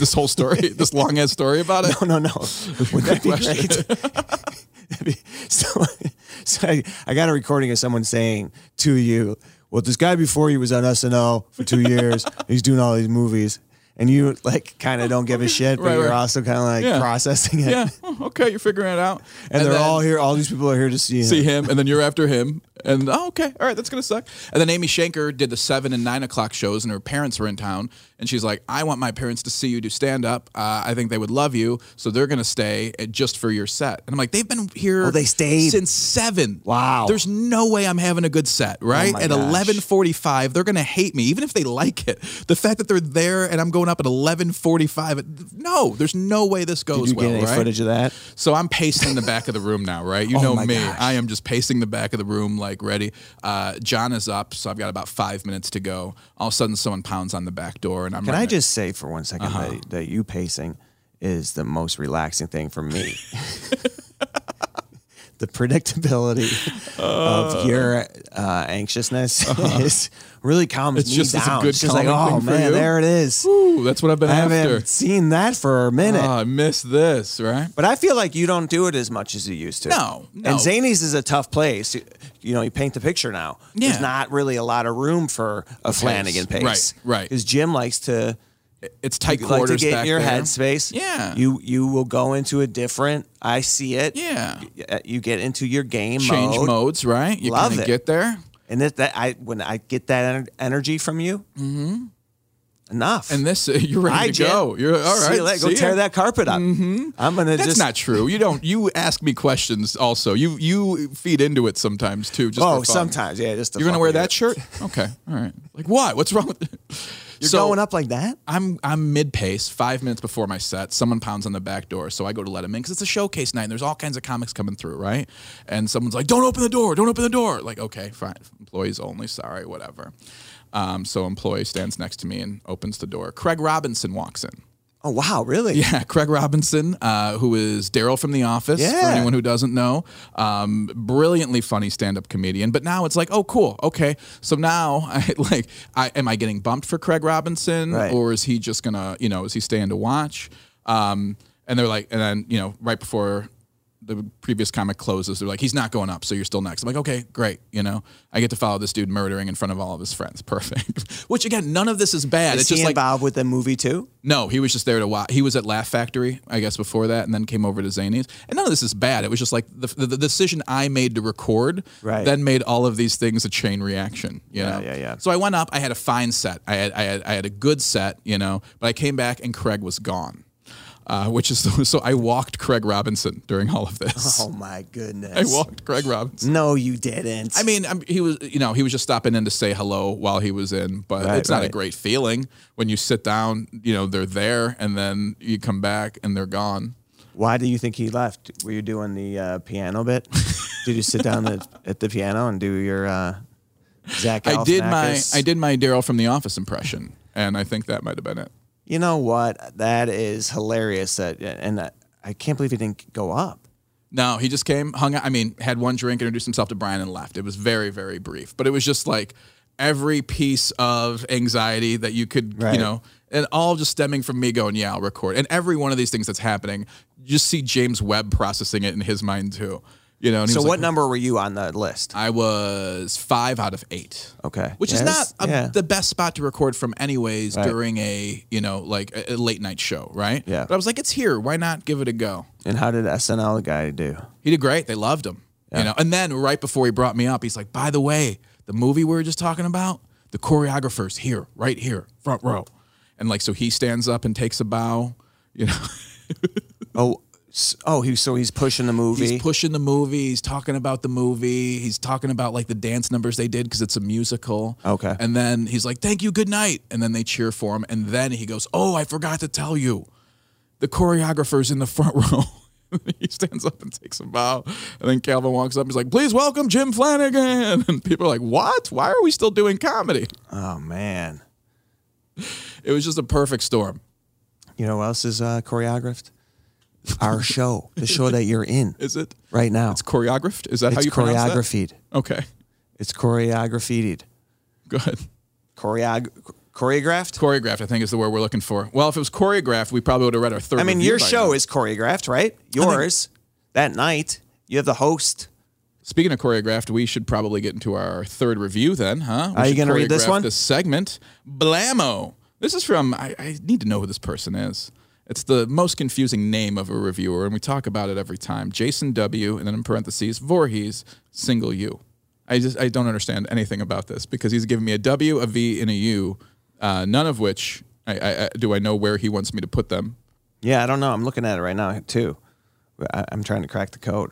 this whole story, this long ass story about it? No, no. Would that be question. great? That'd be- so, so I, I got a recording of someone saying to you, "Well, this guy before you was on SNL for two years. he's doing all these movies." And you like kind of don't give a shit, but Right, you're right. also kind of like Yeah. processing it. Yeah. Oh, Okay, you're figuring it out. And, they're then- all here. All these people are here to see him. see him, and then you're after him, and oh, okay, all right, that's gonna suck. And then Amy Shanker did the seven and nine o'clock shows, and her parents were in town, and she's like, "I want my parents to see you do stand up. Uh, I think they would love you, so they're gonna stay uh, just for your set." And I'm like, "They've been here. Oh, they stayed? since seven. Wow. Oh There's no way I'm having a good set, right? my at gosh. 11:45, they're gonna hate me, even if they like it. The fact that they're there and I'm going up at 11:45, no, there's no way this Did goes you well, get any right? footage of that? So I'm pacing the back of the room now, right? You know Oh my me. gosh. I am just pacing the back of the room, like ready. Uh, John is up, so I've got about five minutes to go. All of a sudden, someone pounds on the back door, and I'm. Can right Uh-huh. I next- just say for one second that, that you pacing is the most relaxing thing for me. the predictability of your uh, anxiousness is really calms Uh-huh. It's me just- it's a down. good It's just like, calming oh thing for man, you." there it is. Ooh, that's what I've been I after. haven't seen that for a minute. Oh, I missed this, right? but I feel like you don't do it as much as you used to. No, no. And Zany's is a tough place. You- You know, you paint the picture now. Yeah. There's not really a lot of room for a Flanagan pace. Right, right. Because Jim likes to It's tight like quarters to get back in your there. headspace. Yeah. You you will go into a different. I see it. Yeah. Y- You get into your game Change mode. modes, right? You Love kinda it. get there. And that, that I when I get that ener- energy from you. Mm-hmm. Enough. And this, you're ready I to go. You're all right. See you later. Go see ya. Mm-hmm. tear that carpet up. I'm gonna That's just. not true. You don't. You ask me questions. Also, you you feed into it sometimes too. Just oh, for fun. sometimes yeah. Just to You're gonna fuck wear with that you. shirt? Okay. All right. Like why? What's wrong with You're going up like that. I'm I'm mid pace, five minutes before my set. Someone pounds on the back door, so I go to let him in because it's a showcase night and there's all kinds of comics coming through, right? And someone's like, "Don't open the door! Don't open the door!" Like, okay, fine, employees only. Sorry, whatever. Um, so employee stands next to me and opens the door. Craig Robinson walks in. Oh wow, really? Yeah, Craig Robinson, uh, who is Daryl from The Office, for Yeah. anyone who doesn't know. Um, brilliantly funny stand up comedian. But now it's like, oh, cool. Okay. So now, I, like, I, am I getting bumped for Craig Robinson? Right. Or is he just going to, you know, is he staying to watch? Um, and they're like, and then, you know, right before the previous comic closes, they're like, he's not going up. So you're still next. I'm like, okay, great. You know, I get to follow this dude murdering in front of all of his friends. Perfect. Which, again, none of this is bad. Is it's he just like, involved with the movie too? no, he was just there to watch. He was at Laugh Factory, I guess, before that, and then came over to Zanies. And none of this is bad. It was just like the, the, the decision I made to record, Right. then made all of these things a chain reaction. You Yeah, know? yeah, yeah. So I went up. I had a fine set. I had, I had I had a good set, you know. But I came back and Craig was gone, uh, which is so I walked Craig Robinson during all of this. Oh my goodness! I walked Craig Robinson. No, you didn't. I mean, I'm, he was, you know, he was just stopping in to say hello while he was in, but Right, it's not a right. great feeling when you sit down, you know, they're there and then you come back and they're gone. why do you think he left? Were you doing the uh, piano bit? Did you sit down at, at the piano and do your uh, Zach? I did my, Galifianakis? I did my Daryl from the office impression. And I think that might have been it. You know what? That is hilarious. That and I, I can't believe he didn't go up. No, he just came, hung out. I mean, had one drink, introduced himself to Brian, and left. It was very, very brief, but it was just like every piece of anxiety that you could, Right. you know, and all just stemming from me going, "Yeah, I'll record." And every one of these things that's happening, you just see James Webb processing it in his mind too. You know. And he So was what like, number were you on the list? I was five out of eight. Okay. Which Yeah, is not that's- a, yeah. the best spot to record from, anyways, Right. during a you know like a, a late night show, right? Yeah. But I was like, it's here. Why not give it a go? and how did SNL guy do? He did great. They loved him. You know, and then right before he brought me up, he's like, "By the way, the movie we were just talking about, the choreographer's here, right here, front row." And like, so he stands up and takes a bow. You know, Oh, s- oh, he so he's pushing the movie. he's pushing the movie. He's talking about the movie. He's talking about like the dance numbers they did because it's a musical. Okay. And then he's like, "Thank you, good night," and then they cheer for him. And then he goes, "Oh, I forgot to tell you, the choreographer's in the front row." he stands up and takes a bow, and then Calvin walks up. He's like, "Please welcome Jim Flanagan." And people are like, "What? Why are we still doing comedy?" oh man, It was just a perfect storm. you know what else is uh, choreographed? Our show, the show that you're in Is it? right now. It's choreographed. Is that how It's you choreographied. choreography? Okay. It's choreographied. Go ahead. Choreog- choreographed. choreographed, I think is the word we're looking for. Well, if it was choreographed, we probably would have read our third. I mean, review your by show now. is choreographed, right? Yours that night. You have the host. Speaking of choreographed, we should probably get into our third review then, huh? We Are you should gonna read this choreograph one? This segment, Blammo. This is from. I, I need to know who this person is. It's the most confusing name of a reviewer, and we talk about it every time. Jason W. and then in parentheses Voorhees, single U. I just I don't understand anything about this because he's giving me a W, a V, and a U, uh, none of which I, I, I do I know where he wants me to put them. Yeah, I don't know. I'm looking at it right now too. I, I'm trying to crack the code.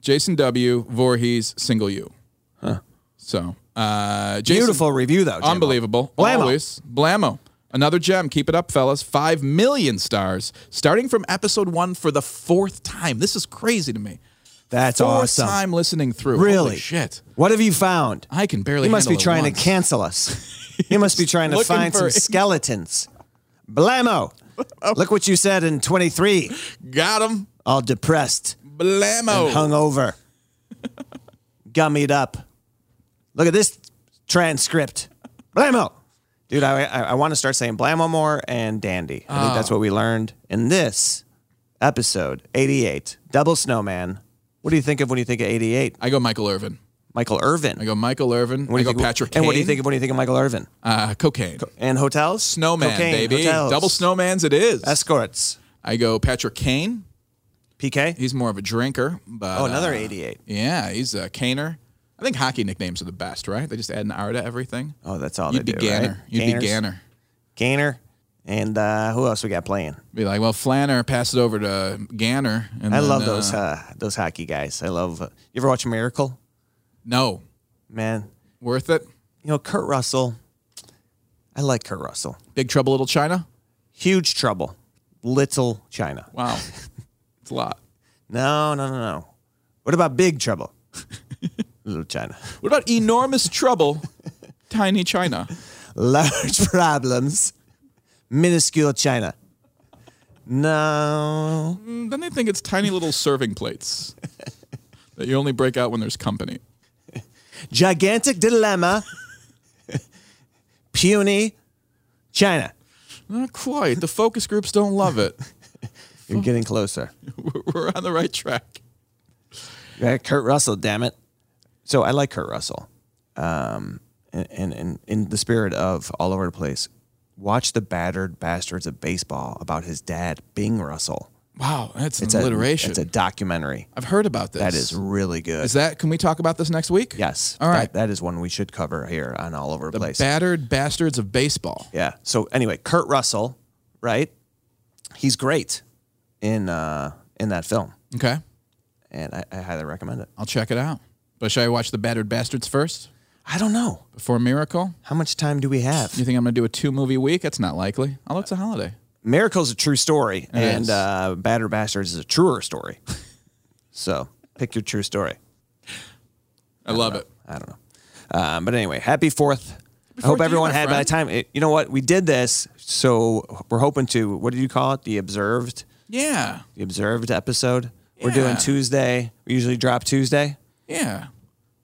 Jason W. Voorhees, single U. Huh. So, uh, Jason, Beautiful review though. Jimbo. unbelievable. Blammo. Always. Blammo. Another gem. Keep it up, fellas. Five million stars, starting from episode one for the fourth time. This is crazy to me. That's fourth awesome. time listening through. Holy Really? shit. What have you found? I can barely. He must be handle it trying to once. cancel us. he must be trying to looking find some for- Oh. skeletons. Blammo. Look what you said in 23. Got him. All depressed, Blammo. hungover, gummied up. Look at this transcript. Blammo. Dude, I, I, I want to start saying Blammo more and Dandy. I think Oh. that's what we learned in this episode 88, Double Snowman. What do you think of when you think of 88? I go Michael Irvin. Michael Irvin. I go Michael Irvin. What do I you go think- Patrick. And what do you Kane. think of when you think of Michael Irvin? Uh, cocaine. And hotels? Snowman, Cocaine, baby. hotels. Double snowmans. It is. Escorts. I go Patrick Kane. PK? He's more of a drinker, but Oh, another uh, 88. Yeah, he's a caner. I think hockey nicknames are the best, right? They just add an R to everything. Oh, that's all You'd they be do, Ganner. right? You'd Ganners, be Ganner. Ganner. And uh, who else we got playing? Be like, well, Flanner, pass it over to Ganner. And I then, love uh, those uh, those hockey guys. I love. Uh, you ever watch Miracle? No, Man, worth it. you know Kurt Russell. I like Kurt Russell. Big Trouble, Little China. Huge Trouble, Little China. Wow, it's a lot. No, no, no, no. What about Big Trouble? Little China. What about Enormous Trouble, Tiny China? Large problems, minuscule China. No. Mm, Then they think it's tiny little serving plates that you only break out when there's company. Gigantic dilemma. Puny China. Not quite. The focus groups don't love it. You're getting closer. We're- We're on the right track. Yeah, Uh, Kurt Russell, damn it. So I like Kurt Russell. Um, and, and, and in the spirit of all over the place, watch the battered bastards of baseball about his dad, Bing Russell. Wow, that's It's an a- alliteration. it's a documentary. I've heard about this. That is really good. Is that? Can we talk about this next week? yes. All right. That, that is one we should cover here on all over the place. Battered bastards of baseball. Yeah. So anyway, Kurt Russell, right? He's great in uh, in that film, Okay, and I, I highly recommend it. I'll check it out. But should I watch the battered bastards first I don't know before Miracle? how much time do we have. You think I'm going to do a two movie week? That's not likely. I'll look to holiday. Miracle's a true story, and is. uh, Batter Bastards is a truer story. so pick your true story. I, love it. I don't know. Um, but anyway, happy fourth. I hope Fourth to you, everyone my had by the time. It, you know what? We did this, so we're hoping to. What did you call it? The observed, Yeah, the observed episode. We're doing Yeah. Tuesday. We usually drop Tuesday. yeah.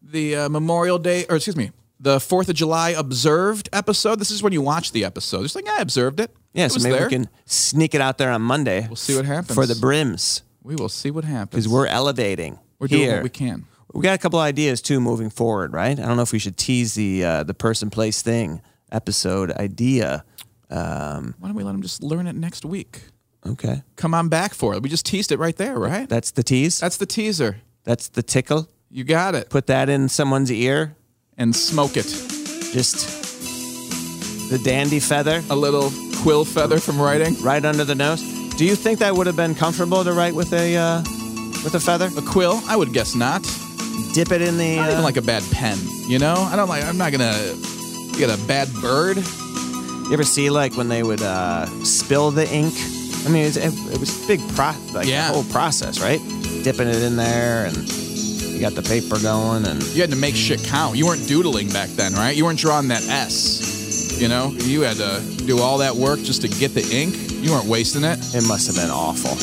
The uh, Memorial Day, or excuse me, the Fourth of July observed episode. This is when you watch the episode. It's like I observed it. Yeah, It so was maybe there. we can sneak it out there on Monday. We'll see what happens. for the brims We will see what happens. because we're elevating. We're here. doing what we can. We got a couple ideas too moving forward, right? I don't know if we should tease the uh, the person, place, thing episode idea. Why don't we let them just learn it next week? Okay, Come on back for it. We just teased it right there, right? that's the tease. That's the teaser. That's the tickle. You got it. Put that in someone's ear. And smoke it. Just the dandy feather A little quill feather from writing. right under the nose. Do you think that would have been comfortable to write with a uh, with a feather? A quill? I would guess not. Dip it in the. I don't uh, even like a bad pen, you know? I don't like, I'm not gonna get a bad bird. uh, You ever see like when they would uh, spill the ink? I mean, it, it, it was big pro like Yeah. the whole process, right? Dipping it in there, and you got the paper going, and You had to make shit count. You weren't doodling back then, right? You weren't drawing that S. You know? You had to do all that work just to get the ink. You weren't wasting it. it must have been awful.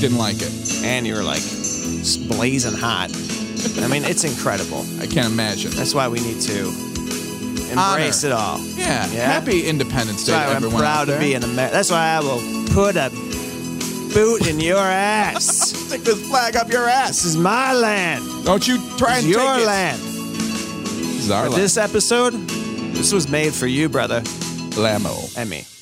Didn't like it. And you were like s- blazing hot. I mean, it's incredible. I can't imagine. That's why we need to Honor. embrace it all. Yeah. Yeah. Happy Independence Day That's to why I'm everyone. out proud to there. be an American. That's why I will put a boot in your ass. Stick this flag up your ass. this is my land. Don't you try It's and your take it. land. This is our But land. This episode, this was made for you, brother, Lamo. and me.